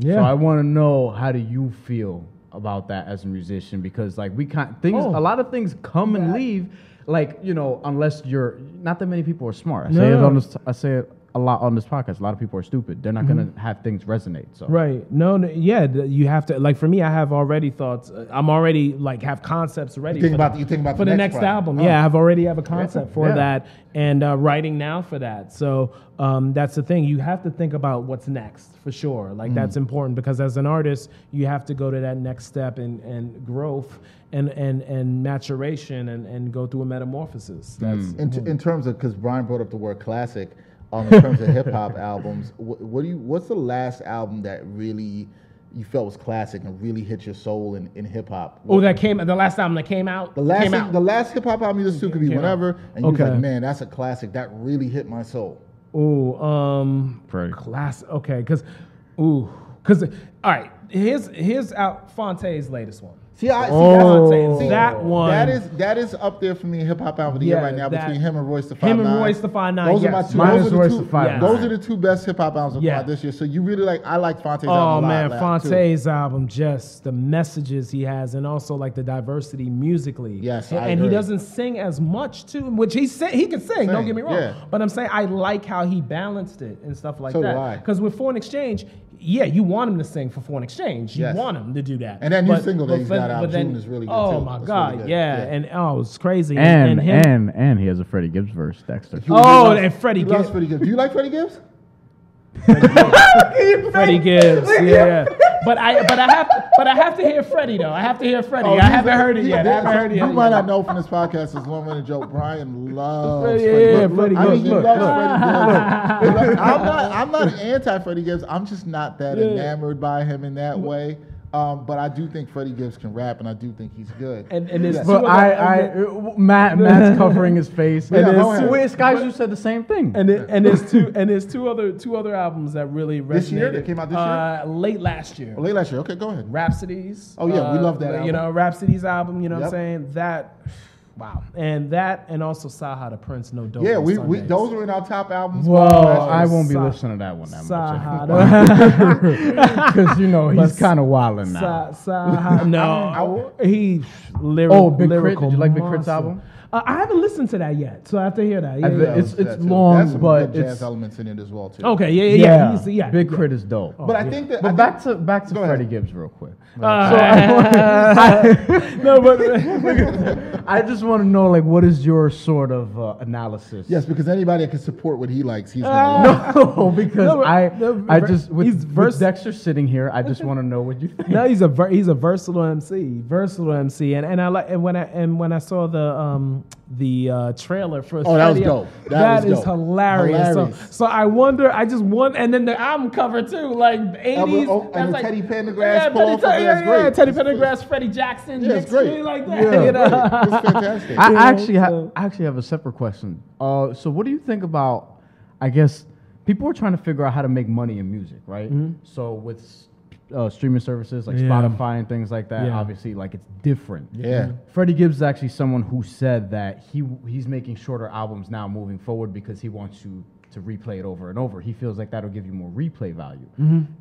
S6: So
S3: Yeah.
S6: I want to know how do you feel about that as a musician because like we can't things
S3: Oh.
S6: a lot of things come and leave like you know unless you're not that many people are smart. I say
S3: No.
S6: it on this I say it a lot on this podcast. A lot of people are stupid. They're not gonna have things resonate. So
S3: Mm-hmm. Right. No, no. Yeah. th- You have to. Like for me, I have already thoughts. uh, I'm already like have concepts ready.
S1: think
S3: for
S1: about
S3: the,
S1: the- you think about
S3: for
S1: the
S3: the
S1: next
S3: next,
S1: project.
S3: album.
S1: Oh.
S3: Yeah, I've already have a concept for
S6: Yeah.
S3: that and uh, writing now for that. So um, that's the thing. You have to think about what's next for sure. Like
S1: Mm.
S3: that's important because as an artist, you have to go to that next step and and growth and and and maturation and and go through a
S1: Mm.
S3: metamorphosis. That's
S1: In, t- in terms of, because Brian brought up the word classic, um, in terms of hip hop albums, what, what do you? What's the last album that really you felt was classic and really hit your soul in, in hip hop?
S3: oh, that came the last album that came out.
S1: The last,
S3: came
S1: thing-
S3: out.
S1: the last hip hop album you listened to could be
S3: Came out.
S1: whatever, and you was
S3: Okay.
S1: like, man, that's a classic. That really hit my soul.
S3: Ooh, um,
S6: Pray.
S3: class. Okay, because, ooh, because, all right. Here's here's out Fonte's latest one.
S1: See, I see,
S3: Oh.
S1: that's what I'm saying. See,
S3: That one.
S1: That is that is up there for me, hip hop album of the year
S3: Yeah,
S1: right now
S3: that-
S1: between him and Royce the Five
S3: him and
S1: Nine.
S3: Royce the Five Nine,
S1: Those are my
S3: yes.
S1: two.
S6: Mine
S1: Those
S6: is
S1: are,
S6: Royce
S1: the two
S6: the Five
S1: yeah. those
S6: Nine.
S1: are the two best hip hop albums of
S3: Yeah.
S1: this year. So you really like I like Fonte's
S3: Oh
S1: album a lot.
S3: man,
S1: like, too.
S3: Fonte's album, just the messages he has, and also like the diversity musically.
S1: Yes,
S3: and,
S1: I
S3: and he
S1: agree.
S3: doesn't sing as much too, which he sing, he can sing. Don't
S1: Sing,
S3: get me wrong,
S1: yeah.
S3: but I'm saying I like how he balanced it and stuff like
S1: So do I.
S3: that. Because with Foreign Exchange, yeah, you want him to sing for Foreign Exchange. You
S1: Yes.
S3: want him to do that.
S1: And that new single that he's
S3: but-
S1: got out,
S3: but then-
S1: June, is really good,
S3: Oh
S1: too.
S3: my
S1: It's really
S3: god,
S1: good.
S3: yeah.
S1: Yeah.
S3: and oh, it's crazy.
S6: And and,
S3: him,
S6: and he has a Freddie Gibbs verse, Dexter.
S1: He- he
S3: Oh,
S1: loves-
S3: and Freddie
S1: he loves
S3: Gibbs.
S1: Freddie Gibbs. Do you like Freddie Gibbs?
S3: Freddie Gibbs. Yeah, yeah. But I but I have to, but I have to hear Freddie though. I have to hear Freddie. I
S1: Oh, he's
S3: haven't
S1: a-
S3: heard it
S1: he-
S3: yet. I haven't heard it
S1: You
S3: yet.
S1: might not know from this podcast is one minute joke. Brian loves
S3: Yeah,
S1: Freddie
S3: yeah,
S1: Gibbs.
S3: Freddie
S1: I mean,
S3: Gibbs,
S1: he
S3: look,
S1: loves
S3: look.
S1: Freddie Gibbs. Look, I'm not. I'm not anti Freddie Gibbs. I'm just not that
S3: Yeah.
S1: enamored by him in that way. Um, but I do think Freddie Gibbs can rap, and I do think he's good.
S3: And and it's
S1: Yeah.
S3: two
S6: But
S3: of
S6: I,
S3: them-
S6: I, Matt, Matt's covering his face.
S1: Yeah,
S6: And
S1: go
S6: it's-
S1: ahead.
S6: wait, Sky Zoo said the same thing.
S3: and it, and there's two and there's two other two other albums that really resonated.
S1: This year? That came out this year?
S3: Uh, late last year.
S1: Well, late last year. Okay, go ahead.
S3: Rhapsodies.
S1: Oh, yeah, we
S3: uh,
S1: love that
S3: You
S1: album.
S3: know, Rhapsodies album. You know
S1: Yep.
S3: what I'm saying? That, wow. And that and also Saha the Prince. No dope.
S1: Yeah,
S3: on
S1: we, we
S3: Sundays.
S1: those were in our top albums.
S6: Whoa, I won't be
S3: Oh, Sa-
S6: listening to that one that
S3: Saha
S6: much.
S3: the
S6: Because, you know, he's kind of wilding now.
S3: Sa- Saha. No, he lyric.
S6: Oh, Big Crit.
S3: lyrical
S6: Did you like Big Crit's
S3: monster.
S6: album?
S3: Uh, I haven't listened to that yet, so I have to hear that. Yeah,
S6: I thi-
S3: yeah.
S6: it's-
S1: That was-
S6: long,
S1: that's some
S6: but
S1: good jazz
S6: it's-
S1: elements in it as well too.
S3: okay, yeah, yeah, yeah. He's- yeah. Oh.
S6: Big Crit is dope.
S1: but I think that. I
S6: But
S1: think-
S6: back to back to
S1: Go ahead.
S6: Freddie Gibbs real quick.
S3: Uh, no, but
S6: I just want to know like what is your sort of uh, analysis?
S1: yes, because anybody that can support what he likes,
S3: Uh,
S1: he's gonna like.
S6: No, because
S3: No, but-
S6: I
S3: no, but
S6: I
S3: ver-
S6: just with,
S3: he's
S6: with
S3: vers-
S6: Dexter sitting here, I just want to know what you think.
S3: no, he's a ver- he's a versatile MC, versatile MC, and and I like and when I and when I saw the um the uh, trailer for
S1: Oh, that was
S3: Australia,
S1: dope. That was dope.
S3: is hilarious. So,
S1: Hilarious.
S3: so I wonder, I just want, and then the album cover too, like eighties,
S1: oh, and the Teddy Pendergrass
S3: yeah,
S1: pull off
S3: Teddy,
S1: of it,
S3: yeah,
S1: that's
S3: yeah,
S1: great.
S3: Teddy
S1: It's great.
S3: Pendergrass, Freddie Jackson,
S1: Yeah,
S3: Nick
S1: it's great.
S3: Fury, like that.
S6: Yeah,
S3: you know?
S1: It's fantastic.
S6: I
S3: know,
S6: actually ha-
S3: so-
S6: I actually have a separate question. Uh, so what do you think about? I guess people are trying to figure out how to make money in music, right? So with s- uh, streaming services like
S8: Yeah.
S6: Spotify and things like that,
S8: Yeah.
S6: obviously, like it's different.
S1: Yeah.
S6: Freddie Gibbs is actually someone who said that he he's making shorter albums now moving forward because he wants you to replay it over and over. He feels like that'll give you more replay value.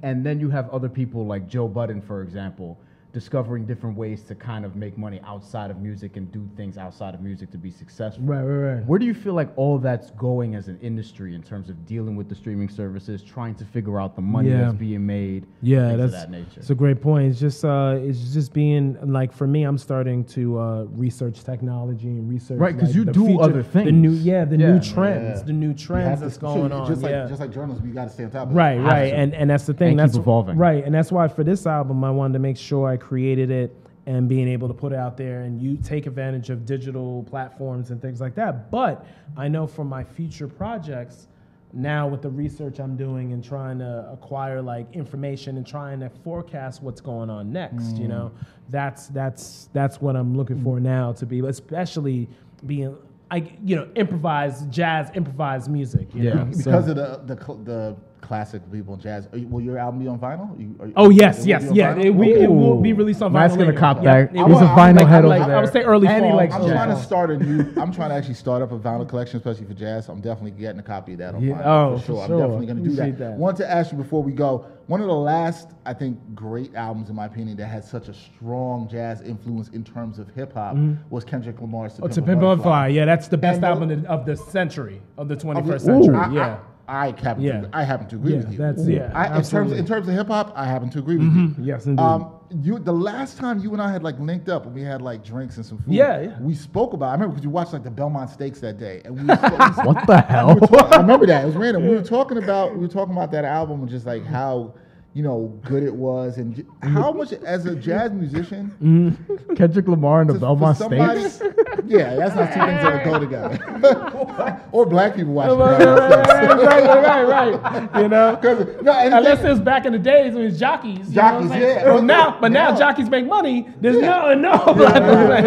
S6: And then you have other people like Joe Budden, for example, discovering different ways to kind of make money outside of music and do things outside of music to be successful.
S3: Right, right, right.
S6: Where do you feel like all that's going as an industry in terms of dealing with the streaming services, trying to figure out the money
S8: Yeah.
S6: that's being made?
S8: Yeah,
S6: things
S8: that's
S6: of that nature.
S8: It's a great point. It's just uh, it's just being like for me, I'm starting to uh, research technology and research
S6: Right, 'cause
S8: like,
S6: you
S8: the
S6: do
S8: future-
S6: other
S8: The new
S6: things.
S8: yeah, the
S6: Yeah.
S8: new trends,
S1: Yeah.
S8: the new
S1: You have
S8: trends
S1: to-
S8: that's
S1: so
S8: going
S1: you-
S8: on.
S1: Just like
S8: yeah.
S1: just like journalists, we got to stay on top of it.
S8: Right, right,
S6: to.
S8: and and that's the thing.
S6: And keep
S8: that's
S6: evolving.
S8: Right, and that's why for this album, I wanted to make sure I created it and being able to put it out there, and you take advantage of digital platforms and things like that. But I know for my future projects, now with the research I'm doing and trying to acquire like information and trying to forecast what's going on next,
S6: Mm.
S8: you know, that's that's that's what I'm looking for now to be, especially being. I, you know, improvised jazz, improvised music. You
S6: Yeah.
S8: know? So-
S1: Because of the the cl- the classic people in jazz. Are you- Will your album be on vinyl? You- are you-
S3: Oh
S1: it
S3: yes,
S1: will
S3: yes,
S1: be on
S3: yeah.
S1: vinyl?
S3: It, we, it will be
S6: Ooh.
S3: released on vinyl.
S6: Matt's gonna
S3: later.
S6: cop
S3: Yeah,
S6: that.
S3: it
S6: He's
S3: will.
S6: a vinyl
S3: I'm
S6: head
S3: like-
S6: over
S3: I would
S6: there.
S3: say early
S6: And he
S3: fall.
S6: likes
S1: I'm
S6: Yeah.
S1: trying to start a new. I'm trying to actually start up a vinyl collection, especially for jazz. I'm definitely getting a copy of that on
S6: Yeah,
S1: vinyl for
S6: oh, for
S1: sure. I'm
S6: sure.
S1: definitely going to do
S3: Appreciate
S1: that.
S3: that.
S1: Want to ask you before we go? One of the last, I think, great albums in my opinion that had such a strong jazz influence in terms of hip hop was Kendrick Lamar's "To
S3: Oh,
S1: Pimp
S3: to
S1: a
S3: Pimp a
S1: Butterfly."
S3: Butterfly. Yeah, that's the best
S1: And the-
S3: album in- of the century, of the 21st
S1: Ooh,
S3: century.
S1: I- I-
S3: yeah.
S1: I, happen
S3: Yeah.
S1: to. I happen to agree
S3: Yeah,
S1: with you.
S3: that's- yeah,
S1: I, in terms
S3: absolutely. Mm-hmm.
S1: in terms of hip hop, I happen to agree with you.
S3: Yes, indeed.
S1: Um, you the last time you and I had like linked up and we had like drinks and some food.
S3: Yeah, yeah.
S1: We spoke about. I remember because you watched like the Belmont Stakes that day, and we. Spoke,
S6: what the hell?
S1: I remember that. It was random. We were talking about we were talking about that album and just like how you know good it was and j-
S3: Mm-hmm.
S1: how much as a jazz musician
S6: Kendrick Lamar and the
S1: for
S6: Belmont
S1: somebody-
S6: Stakes.
S1: Yeah, that's not two things that go together. or black people watching.
S3: right,
S1: Belmont Stakes.
S3: right, right, right, right, right. You know,
S1: Because no, and
S3: unless
S1: think-
S3: it was back in the days when it was jockeys. you know
S1: Jockeys,
S3: what I'm saying?
S1: yeah.
S3: But now, but now
S1: Yeah.
S3: jockeys make money. There's no, no. black people
S1: right,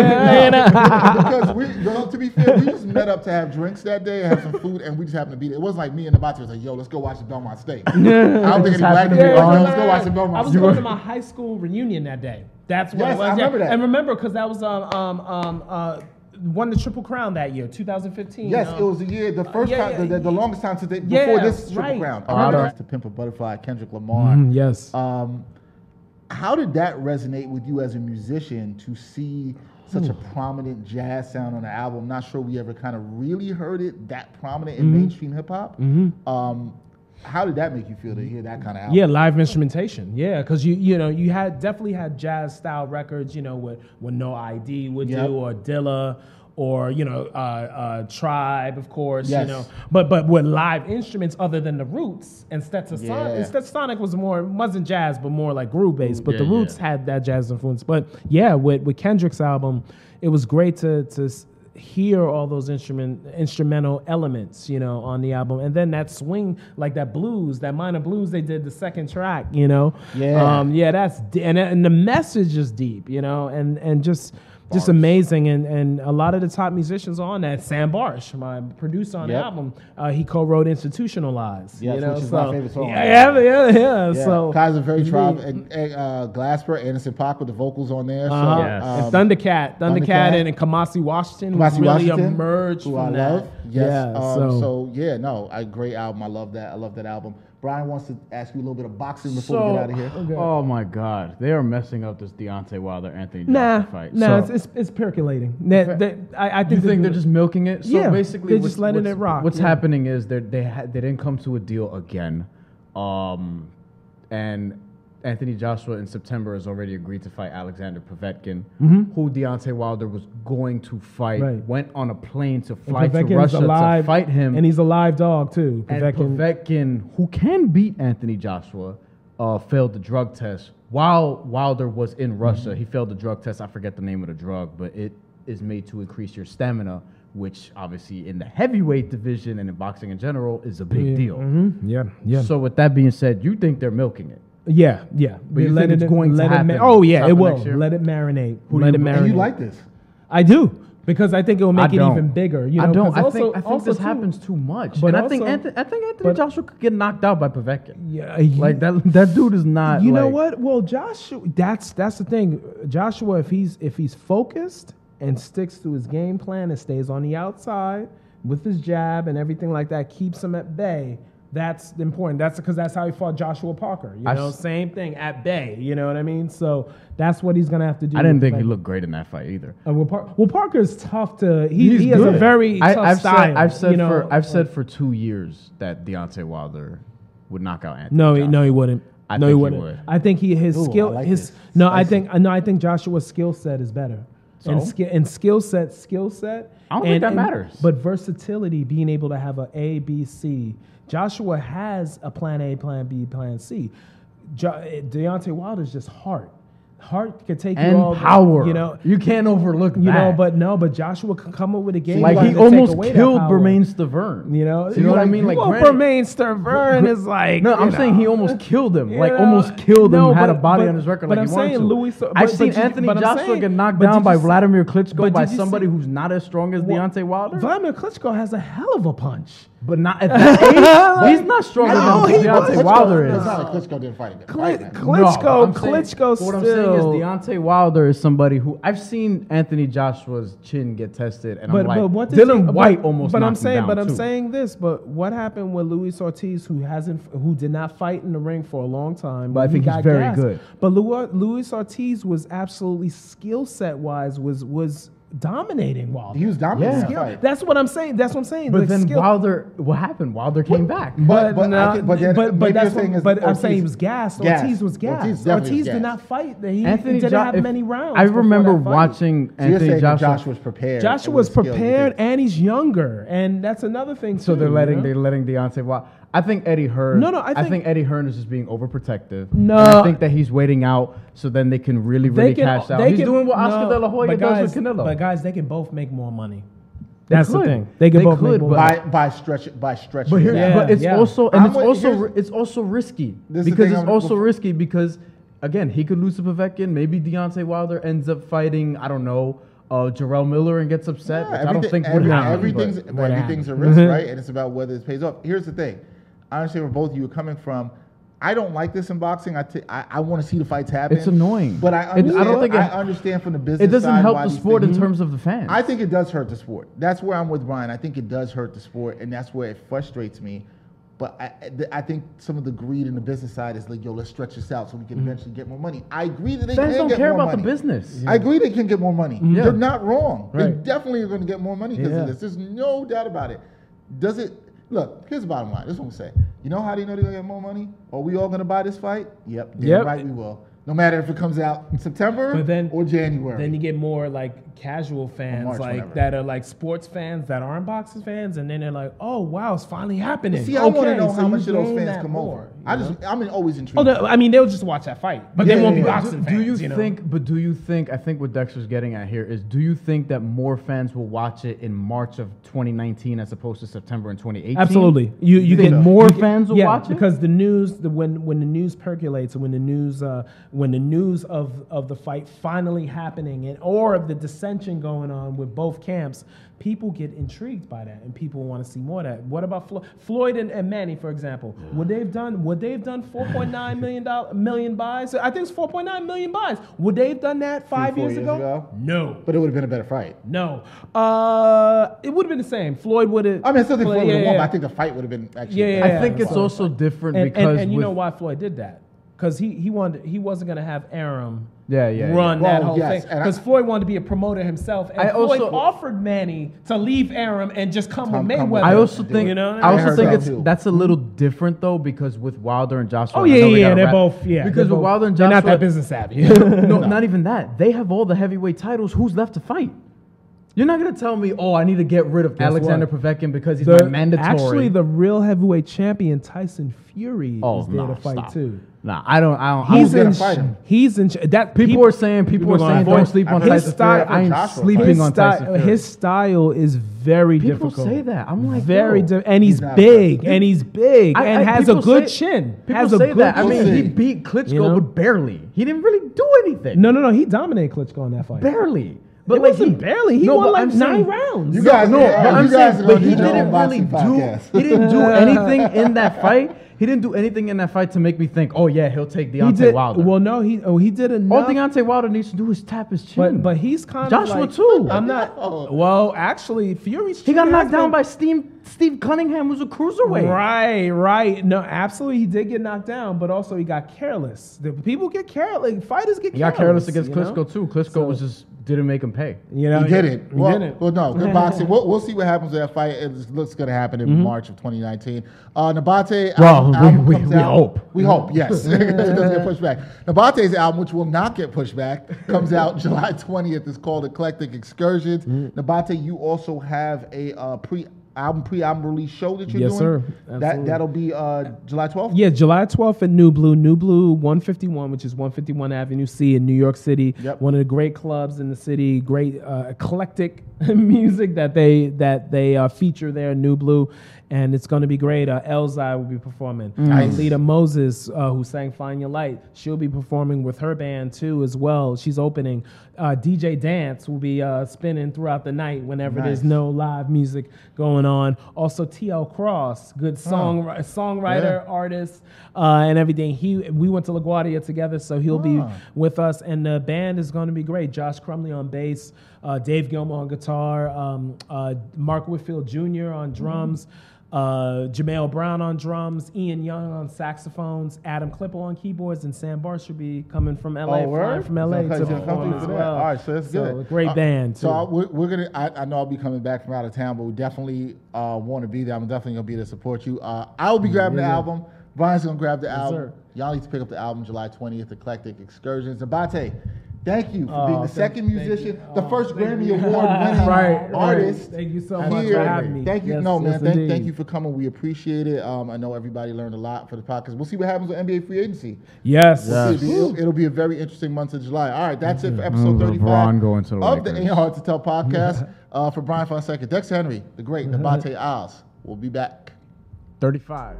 S3: make- you know?
S1: because we, girl, to be fair, we just met up to have drinks that day, have some food, and we just happened to be there. It wasn't like me and the bocce was like, "Yo, let's go watch the Belmont State." I don't think any
S6: Just
S1: black
S6: happened to
S1: people.
S6: be
S1: were
S6: on.
S1: Like, Yo, let's go watch the
S3: I
S1: Belmont
S3: was
S1: State.
S3: going to my high school reunion that day. That's what
S1: Yes,
S3: it was.
S1: I remember
S3: yeah.
S1: that.
S3: And remember, because that was um um um uh won the triple crown that year, 2015.
S1: Yes,
S3: um,
S1: it was the year, the first
S3: yeah,
S1: time,
S3: yeah,
S1: the, the, the
S3: yeah.
S1: longest time since they,
S3: Yeah,
S1: before this triple
S3: right.
S1: crown.
S6: Oh,
S1: I remember
S6: I
S1: that. To Pimp a Butterfly, Kendrick Lamar.
S8: Yes.
S1: Um, how did that resonate with you as a musician to see such a
S3: Hmm.
S1: prominent jazz sound on the album? Not sure we ever kind of really heard it that prominent in
S3: Mm-hmm.
S1: mainstream hip hop. Um, how did that make you feel to hear that kind of album?
S3: Yeah, live instrumentation. Yeah, because you you know you had definitely had jazz style records. You know what what No ID would
S1: Yep.
S3: do or Dilla or you know uh, uh, Tribe of course.
S1: Yes.
S3: You know, but but with live instruments other than the Roots and Stetsasonic.
S1: Yeah.
S3: And Stetsasonic was more wasn't jazz but more like groove based. But
S6: Yeah,
S3: the
S6: yeah.
S3: Roots had that jazz influence. But yeah, with with Kendrick's album, it was great to to. s- Hear all those instrument instrumental elements, you know, on the album, and then that swing, like that blues, that minor blues they did the second track, you know,
S1: Yeah.
S3: um, yeah, that's d- and and the message is deep, you know, and and just just amazing, and and a lot of the top musicians on that. Sam Barsh, my producer on
S1: Yep.
S3: the album, uh, he co-wrote "Institutionalized,"
S1: Yes,
S3: you know,
S1: which is
S3: so
S1: my favorite song.
S3: yeah, yeah, yeah, yeah,
S1: Yeah,
S3: So
S1: Kaiser Very Tribe
S3: Yeah.
S1: and, and uh, Glasper, Anderson Paak with the vocals on there.
S3: Uh-huh.
S1: So,
S6: Yes.
S1: um,
S3: and Thundercat, Thundercat,
S1: Thundercat.
S3: and, and Kamasi Washington
S1: Kamasi
S3: who really
S1: Washington,
S3: emerged
S1: who
S3: from
S1: I
S3: that.
S1: love. Yes.
S3: Yeah,
S1: um, so.
S3: so-
S1: yeah, no, a great album. I love that. I love that album. Brian wants to ask you a little bit of boxing before we get out of here.
S6: oh my God, they are messing up this Deontay Wilder Anthony
S3: Nah,
S6: Joshua fight.
S3: nah,
S6: So-
S3: it's, it's it's percolating. Nah, they- I, I
S6: You
S3: think
S6: think they're just milking it? So
S3: Yeah,
S6: basically,
S3: they're
S6: what's-
S3: just letting
S6: what's-
S3: it rock,
S6: What's
S3: yeah.
S6: happening is they they ha- they didn't come to a deal again, um, and Anthony Joshua in September has already agreed to fight Alexander Povetkin, who Deontay Wilder was going to fight.
S3: Mm-hmm. Right.
S6: Went on a plane to
S3: And
S6: fly to
S3: Povetkin's
S6: Russia
S3: alive,
S6: to fight him,
S3: and he's a live dog too.
S6: and
S3: Povetkin.
S6: Povetkin, who can beat Anthony Joshua, uh, failed the drug test while Wilder was in Russia.
S3: Mm-hmm.
S6: He failed the drug test. I forget the name of the drug, but it is made to increase your stamina, which obviously in the heavyweight division and in boxing in general is a big deal.
S3: Mhm, Yeah, yeah,
S6: So with that being said, you think they're milking it?
S3: yeah, yeah.
S6: But you
S3: let
S6: think
S3: it-
S6: it's going to
S3: let it
S6: happen?
S3: oh yeah,
S6: Happen
S3: it will.
S6: next year?
S3: Let it marinate.
S6: Who do
S3: let
S6: you-
S3: it marinate.
S6: and
S1: And you like this?
S3: I do because I think it will
S6: I
S3: make it
S6: don't.
S3: even bigger. You know,
S6: I don't.
S3: 'cause
S6: I
S3: also-
S6: think, I think
S3: also,
S6: this
S3: too-
S6: happens too much.
S3: But
S6: and I think
S3: also-
S6: Anthony, I think Anthony
S3: but-
S6: Joshua could get knocked out by Povetkin.
S3: Yeah,
S6: Like that. That dude is not.
S3: You know
S6: like-
S3: what? Well, Joshua, that's that's the thing. Joshua, if he's if he's focused and sticks to his game plan and stays on the outside with his jab and everything like that, keeps him at bay. That's important. That's because that's how he fought Joshua Parker. You
S6: I
S3: know,
S6: s-
S3: same thing at bay. You know what I mean? So that's what he's gonna have to do.
S6: I didn't think
S3: Like,
S6: he looked great in that fight either.
S3: Uh, well, Par- well, Parker's tough to. He,
S6: He's
S3: he has a
S6: good.
S3: very tough
S6: I've
S3: style.
S6: Said, I've said
S3: you know,
S6: for I've
S3: like-
S6: said for two years that Deontay Wilder would knock out Anthony.
S3: No, he,
S6: Joshua.
S3: no, he wouldn't.
S6: I
S3: no,
S6: think
S3: he
S6: he
S3: wouldn't.
S6: would.
S3: I think he his
S1: Ooh,
S3: skill
S1: I like
S3: his
S1: this.
S3: no. I
S1: Spicy.
S3: think no. I think Joshua's skill set is better. And
S6: So?
S3: skill and skill set, skill set.
S6: I
S3: and,
S6: don't think that
S3: and-
S6: matters.
S3: But versatility, being able to have a A, B, C. Joshua has a plan A, plan B, plan C. Jo- Deontay Wilder's just heart. Heart could take
S6: and
S3: you all
S6: power.
S3: You know,
S6: you can't overlook that.
S3: you know. But no, but Joshua can come up with a game.
S6: like
S3: plan
S6: he
S3: to take
S6: almost
S3: away that
S6: killed
S3: power.
S6: Bermaine Stiverne.
S3: You know,
S6: you know what I mean? Like
S3: well,
S6: granted-
S3: Bermaine Stiverne is like.
S6: No,
S3: you
S6: I'm saying
S3: know.
S6: he almost killed him.
S3: You
S6: Like
S3: know,
S6: almost killed him.
S3: no,
S6: had a
S3: but-
S6: body
S3: but-
S6: on his record.
S3: but
S6: like
S3: I'm
S6: he wanted
S3: saying
S6: to.
S3: Louis- so-
S6: I've
S3: but-
S6: seen
S3: but you-
S6: Anthony
S3: but I'm
S6: Joshua
S3: saying-
S6: get knocked
S3: but did
S6: down
S3: you
S6: by
S3: see-
S6: Vladimir
S3: but
S6: Klitschko by
S3: did you see-
S6: somebody who's not as strong as
S3: Well,
S6: Deontay Wilder.
S3: Vladimir Klitschko has a hell of a punch.
S6: but not at that age. He's not stronger
S1: Oh,
S3: No,
S6: than
S3: he wasn't.
S6: Deontay Wilder
S1: It's
S6: is.
S1: not like Klitschko didn't fight again.
S3: Cl-
S1: Right, man.
S3: Klitschko,
S6: No, I'm saying-
S3: Klitschko
S6: but What I'm saying is
S3: still.
S6: Deontay Wilder is somebody who I've seen Anthony Joshua's chin get tested, and
S3: but,
S6: I'm like,
S3: but what did
S6: Dylan
S3: he-
S6: White
S3: but,
S6: almost.
S3: But I'm
S6: knocked him
S3: saying,
S6: down,
S3: but I'm
S6: too.
S3: saying this. But what happened with Luis Ortiz, who hasn't, who did not fight in the ring for a long time?
S6: But I
S3: He
S6: think he's
S3: got
S6: very
S3: gassed.
S6: good.
S3: But Lu- Luis Ortiz was absolutely skill set wise was was dominating Wilder.
S1: He was dominant.
S6: Yeah.
S1: in that fight.
S3: That's what I'm saying. That's what I'm saying.
S6: but
S3: Like,
S6: then
S3: skill-
S6: Wilder, what happened? Wilder came back.
S1: But-
S3: But
S1: but
S3: but
S1: I can- but
S3: but,
S1: then
S3: but,
S1: maybe
S3: that's
S1: the thing
S3: what,
S1: is
S3: but I'm
S1: Ortiz-
S3: saying he was gassed.
S1: Gas.
S3: Ortiz was gassed.
S1: Ortiz
S3: Ortiz,
S1: definitely was
S3: did
S1: gassed.
S3: not fight. He, he
S6: Anthony
S3: didn't
S6: Jo-
S3: have
S6: if-
S3: many rounds.
S6: I
S3: before
S6: remember
S3: that fight.
S6: watching
S1: So you're
S6: Anthony
S1: saying that
S6: Joshua.
S1: Joshua's prepared.
S3: Joshua
S1: and
S3: was
S1: was skilled, you
S3: prepared
S1: think?
S3: and he's younger, and that's another thing.
S6: So
S3: too,
S6: they're
S3: you
S6: letting
S3: know?
S6: they're letting Deontay Wilder. I think Eddie Hearn.
S3: No, no, I think-
S6: Eddie Hearn is just being overprotective.
S3: No.
S6: and I think that he's waiting out so then they can really really cash out.
S3: they
S6: He's
S3: can-
S6: doing what Oscar
S3: no,
S6: De La Hoya
S3: but
S6: does
S3: guys,
S6: with Canelo.
S3: But guys, they can both make more money.
S6: They
S3: That's the
S6: could.
S3: thing. They can
S6: They
S3: both
S6: could,
S3: make more.
S6: but-
S3: money.
S1: by by stretch by stretching.
S6: But here,
S1: it out.
S6: but it's
S3: yeah.
S6: also and
S1: I'm
S6: it's
S1: with-
S6: also
S1: here's-
S6: ri- it's also risky
S1: This is the
S6: because
S1: thing
S6: it's
S1: I'm-
S6: also
S1: before-
S6: risky because again he could lose to Povetkin. Maybe Deontay Wilder ends up fighting I don't know uh, Jarrell Miller and gets upset,
S1: Yeah,
S6: which I don't
S1: everything-
S6: think would
S1: every-
S6: happen.
S1: Everything's,
S6: but-
S1: but everything's a risk,
S6: Mm-hmm.
S1: right? And it's about whether it pays off. Here's the thing. I understand where both of you are coming from. I don't like this in boxing. I t- I, I want to see the fights happen.
S6: It's annoying.
S1: But I
S6: It- I
S1: understand, I
S6: don't think it-
S1: understand from the business
S6: it doesn't
S1: side
S6: help
S1: why
S6: the
S1: these
S6: sport in
S1: things-
S6: terms of the fans.
S1: I think it does hurt the sport. That's where I'm with Brian. I think it does hurt the sport, and that's where it frustrates me. But I, I- th- I think some of the greed in the business side is like, yo, let's stretch this out so we can eventually get more money. I agree that they
S6: fans
S1: can
S6: don't
S1: get
S6: care
S1: more
S6: about the
S1: money.
S6: business.
S1: I agree they can get more money.
S6: Yeah.
S1: They're not wrong. They
S6: Right.
S1: definitely are going to get more money because
S3: Yeah.
S1: of this. There's no doubt about it. Does it? Look, here's the bottom line. This is what I'm saying. You know how they know they're going to get more money? Are we all going to buy this fight? Yep. damn
S3: Yep.
S1: Right, we will. No matter if it comes out in September
S9: But then-
S1: or January.
S9: Then you get more like casual fans,
S1: March,
S9: like
S1: whatever.
S9: that are like sports fans that aren't boxing fans, and then they're like, "Oh wow, it's finally happening."
S1: See, I
S9: okay,
S1: want to know
S9: so
S1: how
S9: you
S1: much of those
S9: gain
S1: fans
S9: that
S1: come
S9: more,
S1: over.
S9: you
S1: I
S9: know?
S1: just, I'm in- always intrigued.
S9: Oh, no, I mean, they'll just watch that fight, but
S1: Yeah,
S9: they won't
S1: yeah,
S9: be
S1: yeah.
S9: boxing
S6: Do you
S9: fans, know?
S6: think? But do you think? I think what Dexter's getting at here is: Do you think that more fans will watch it in March of 2019 as opposed to September in 2018?
S3: Absolutely. You you
S6: think
S3: get
S6: more
S3: you get-
S6: fans will
S3: yeah,
S6: watch it?
S3: because the news the when when the news percolates and when the news uh, when the news of, of the fight finally happening and or of the dissension going on with both camps, people get intrigued by that and people want to see more of that. What about Flo- Floyd and, and Manny, for example? Would they've done would they've done 4.9 million dollar million buys? I think it's 4.9 million buys. Would they've done that five
S1: four
S3: years,
S1: years
S3: ago?
S1: ago?
S3: No.
S1: But it would have been a better fight.
S3: No. Uh, it would have been the same. Floyd would have
S1: I mean, I still think Floyd would have
S3: yeah,
S1: won,
S3: yeah.
S1: but I think the fight would have been actually.
S3: Yeah,
S1: better.
S6: I think it's
S3: so-
S6: also different
S3: and,
S6: because
S3: and, and you
S6: with-
S3: know why Floyd did that? Because he he wanted he wasn't gonna have Aram
S6: Yeah, yeah, yeah.
S3: run that
S1: Well,
S3: whole
S1: yes,
S3: thing
S1: and I-
S3: because Floyd wanted to be a promoter himself, and
S6: I
S3: Floyd
S6: also-
S3: offered Manny to leave Aram and just come
S1: Come-
S3: with
S1: come
S3: Mayweather.
S1: with
S6: I also
S1: Yeah,
S6: think
S3: you know what I
S6: I
S1: mean?
S6: also
S1: I
S6: think
S1: heard
S6: it's
S1: that too.
S6: that's a little different though because with Wilder and Joshua.
S3: Oh
S6: I
S3: yeah,
S6: know we
S3: yeah,
S6: gotta
S3: they're
S6: wrap-
S3: both yeah. they're
S6: Because
S3: both,
S6: with Wilder and
S3: they're
S6: Joshua,
S3: not that business savvy.
S6: No, not even that. They have all the heavyweight titles. Who's left to fight? You're not gonna tell me, oh, I need to get rid of Alexander Povetkin because he's
S3: The-
S6: my mandatory.
S3: Actually, the real heavyweight champion Tyson Fury
S6: oh,
S3: is there
S6: nah,
S3: to fight
S6: stop.
S3: too.
S6: Nah, I don't. I don't. I
S3: He's
S6: don't
S3: in.
S1: gonna fight him?
S3: He's in. That
S6: People are saying- people are
S3: gonna
S6: saying
S3: fight
S6: don't
S3: him.
S6: sleep on
S3: His
S6: Tyson Fury.
S3: style-
S6: I am
S3: his
S6: sleeping
S3: his
S6: on
S3: style-
S6: Tyson Fury.
S3: His style is very
S6: People
S3: difficult.
S6: say that. Oh I'm like,
S3: very
S6: yo.
S3: di- and he's,
S1: not
S3: big and he's big
S6: I-
S3: and
S6: I-
S3: has a
S6: people
S3: good
S6: say-
S3: chin.
S6: People
S3: has
S6: say
S3: a good
S6: that. I mean,
S1: chin.
S6: he beat Klitschko,
S3: You know?
S6: but barely. He didn't really do anything.
S3: no, no, no. He dominated Klitschko in that fight.
S6: barely. But
S3: It
S6: like
S3: wasn't
S6: he,
S3: barely. He
S6: No,
S3: won,
S6: but
S3: like,
S6: I'm
S3: nine
S6: saying-
S3: rounds.
S1: You guys,
S6: no,
S1: yeah,
S6: but I'm
S1: you guys
S6: saying,
S1: are
S6: but
S1: gonna
S6: he
S1: do your
S6: didn't
S1: own
S6: really
S1: boxing
S6: do.
S1: podcast.
S6: He didn't do anything in that fight. He didn't do anything in that fight to make me think, oh yeah, he'll take
S3: he
S6: Deontay
S3: did
S6: Wilder.
S3: well. No, he oh he did
S6: All
S3: enough.
S6: Deontay Wilder needs to do is tap his chin.
S3: but but he's kind of
S6: Joshua
S3: like,
S6: too.
S3: I'm not. Well, actually, Fury's
S6: he got
S3: chin
S6: knocked
S3: has
S6: down
S3: been-
S6: by Steve Steve Cunningham, who's a cruiserweight.
S3: Right, right. No, absolutely, he did get knocked down, but also he got careless. The people get careless. Fighters get
S6: He
S3: careless.
S6: got careless against
S3: you know?
S6: Klitschko too. Klitschko was just didn't make him pay.
S3: You know,
S1: He did it.
S3: He
S1: well,
S3: did it.
S1: well, no, good boxing. We'll, we'll see what happens with that fight. It just looks going to happen in March of 2019. Uh, Nabate,
S6: Well,
S1: album- album
S6: we- we-
S1: comes
S6: we
S1: out-
S6: hope.
S1: We hope, yes. it doesn't get pushed back. Nabate's album, which will not get pushed back, comes out July 20th. It's called Eclectic Excursions. Nabate, you also have a uh, pre album pre album release show that you're
S3: Yes,
S1: doing.
S3: sir.
S1: That,
S3: Absolutely.
S1: that'll be uh, July 12th?
S3: Yeah, July 12th at New Blue. New Blue 151, which is 151 Avenue C in New York City.
S1: Yep.
S3: One of the great clubs in the city. Great uh, eclectic music that they that they uh, feature there in New Blue, and it's going to be great. Uh, Elzai will be performing.
S1: Mm. Nice.
S3: Alita Moses, uh, who sang "Find Your Light," she'll be performing with her band too as well. She's opening. Uh, DJ Dance will be uh, spinning throughout the night whenever there's
S1: Nice.
S3: no live music going on. Also, TL Cross, good song songwriter, artist, uh, and everything. He we went to LaGuardia together, so he'll be
S1: Ah.
S3: with us, and the band is going to be great. Josh Crumley on bass, uh, Dave Gilmore on guitar, um, uh, Mark Whitfield Jr. on drums.
S1: Mm-hmm.
S3: Uh, Jamel Brown on drums, Ian Young on saxophones, Adam Klippel on keyboards, and Sam Barsh will be coming from LA,
S1: Oh,
S3: flying
S1: word?
S3: from LA
S1: Okay,
S3: to
S1: so come
S3: perform
S1: through
S3: as
S1: for that.
S3: well.
S1: All right, so that's good.
S3: Great
S1: Uh,
S3: band.
S1: So
S3: too.
S1: I, we're, we're gonna. I, I know I'll be coming back from out of town, but we definitely uh, want to be there. I'm definitely gonna be there to support you. Uh, I will be grabbing the album. Brian's gonna grab the album.
S3: sir.
S1: Y'all need to pick up the album July 20th. Eclectic Excursions. Abate, thank you for
S3: Oh,
S1: being the
S3: thank-
S1: second
S3: thank
S1: musician,
S3: you.
S1: the
S3: Oh,
S1: first
S3: thank
S1: Grammy
S3: you.
S1: Award winning
S3: Right, right.
S1: artist.
S3: Thank you so
S1: here.
S3: much for having me.
S1: Thank you.
S3: Yes,
S1: no man.
S3: yes,
S1: Thank,
S3: indeed.
S1: thank you for coming. We appreciate it. Um, I know everybody learned a lot for the podcast. We'll see what happens with NBA free agency.
S3: yes.
S1: We'll see. It'll, be, it'll- it'll be a very interesting month of July. All right, that's it for episode
S6: Mm,
S1: 35
S6: LeBron going to the
S1: of the
S6: Lakers.
S1: Ain't Hard to Tell podcast. uh, for Brian Fonseca, Dex Henry, the great
S6: Mm-hmm.
S1: Nabate Isles. We'll be back.
S6: 35.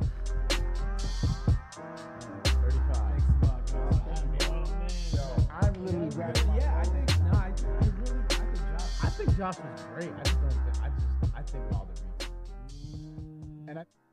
S1: I'm literally
S3: Yeah, I think no, I, I really I think Josh
S6: I think Josh was great. I just don't think I just I think Wilder beat him. And I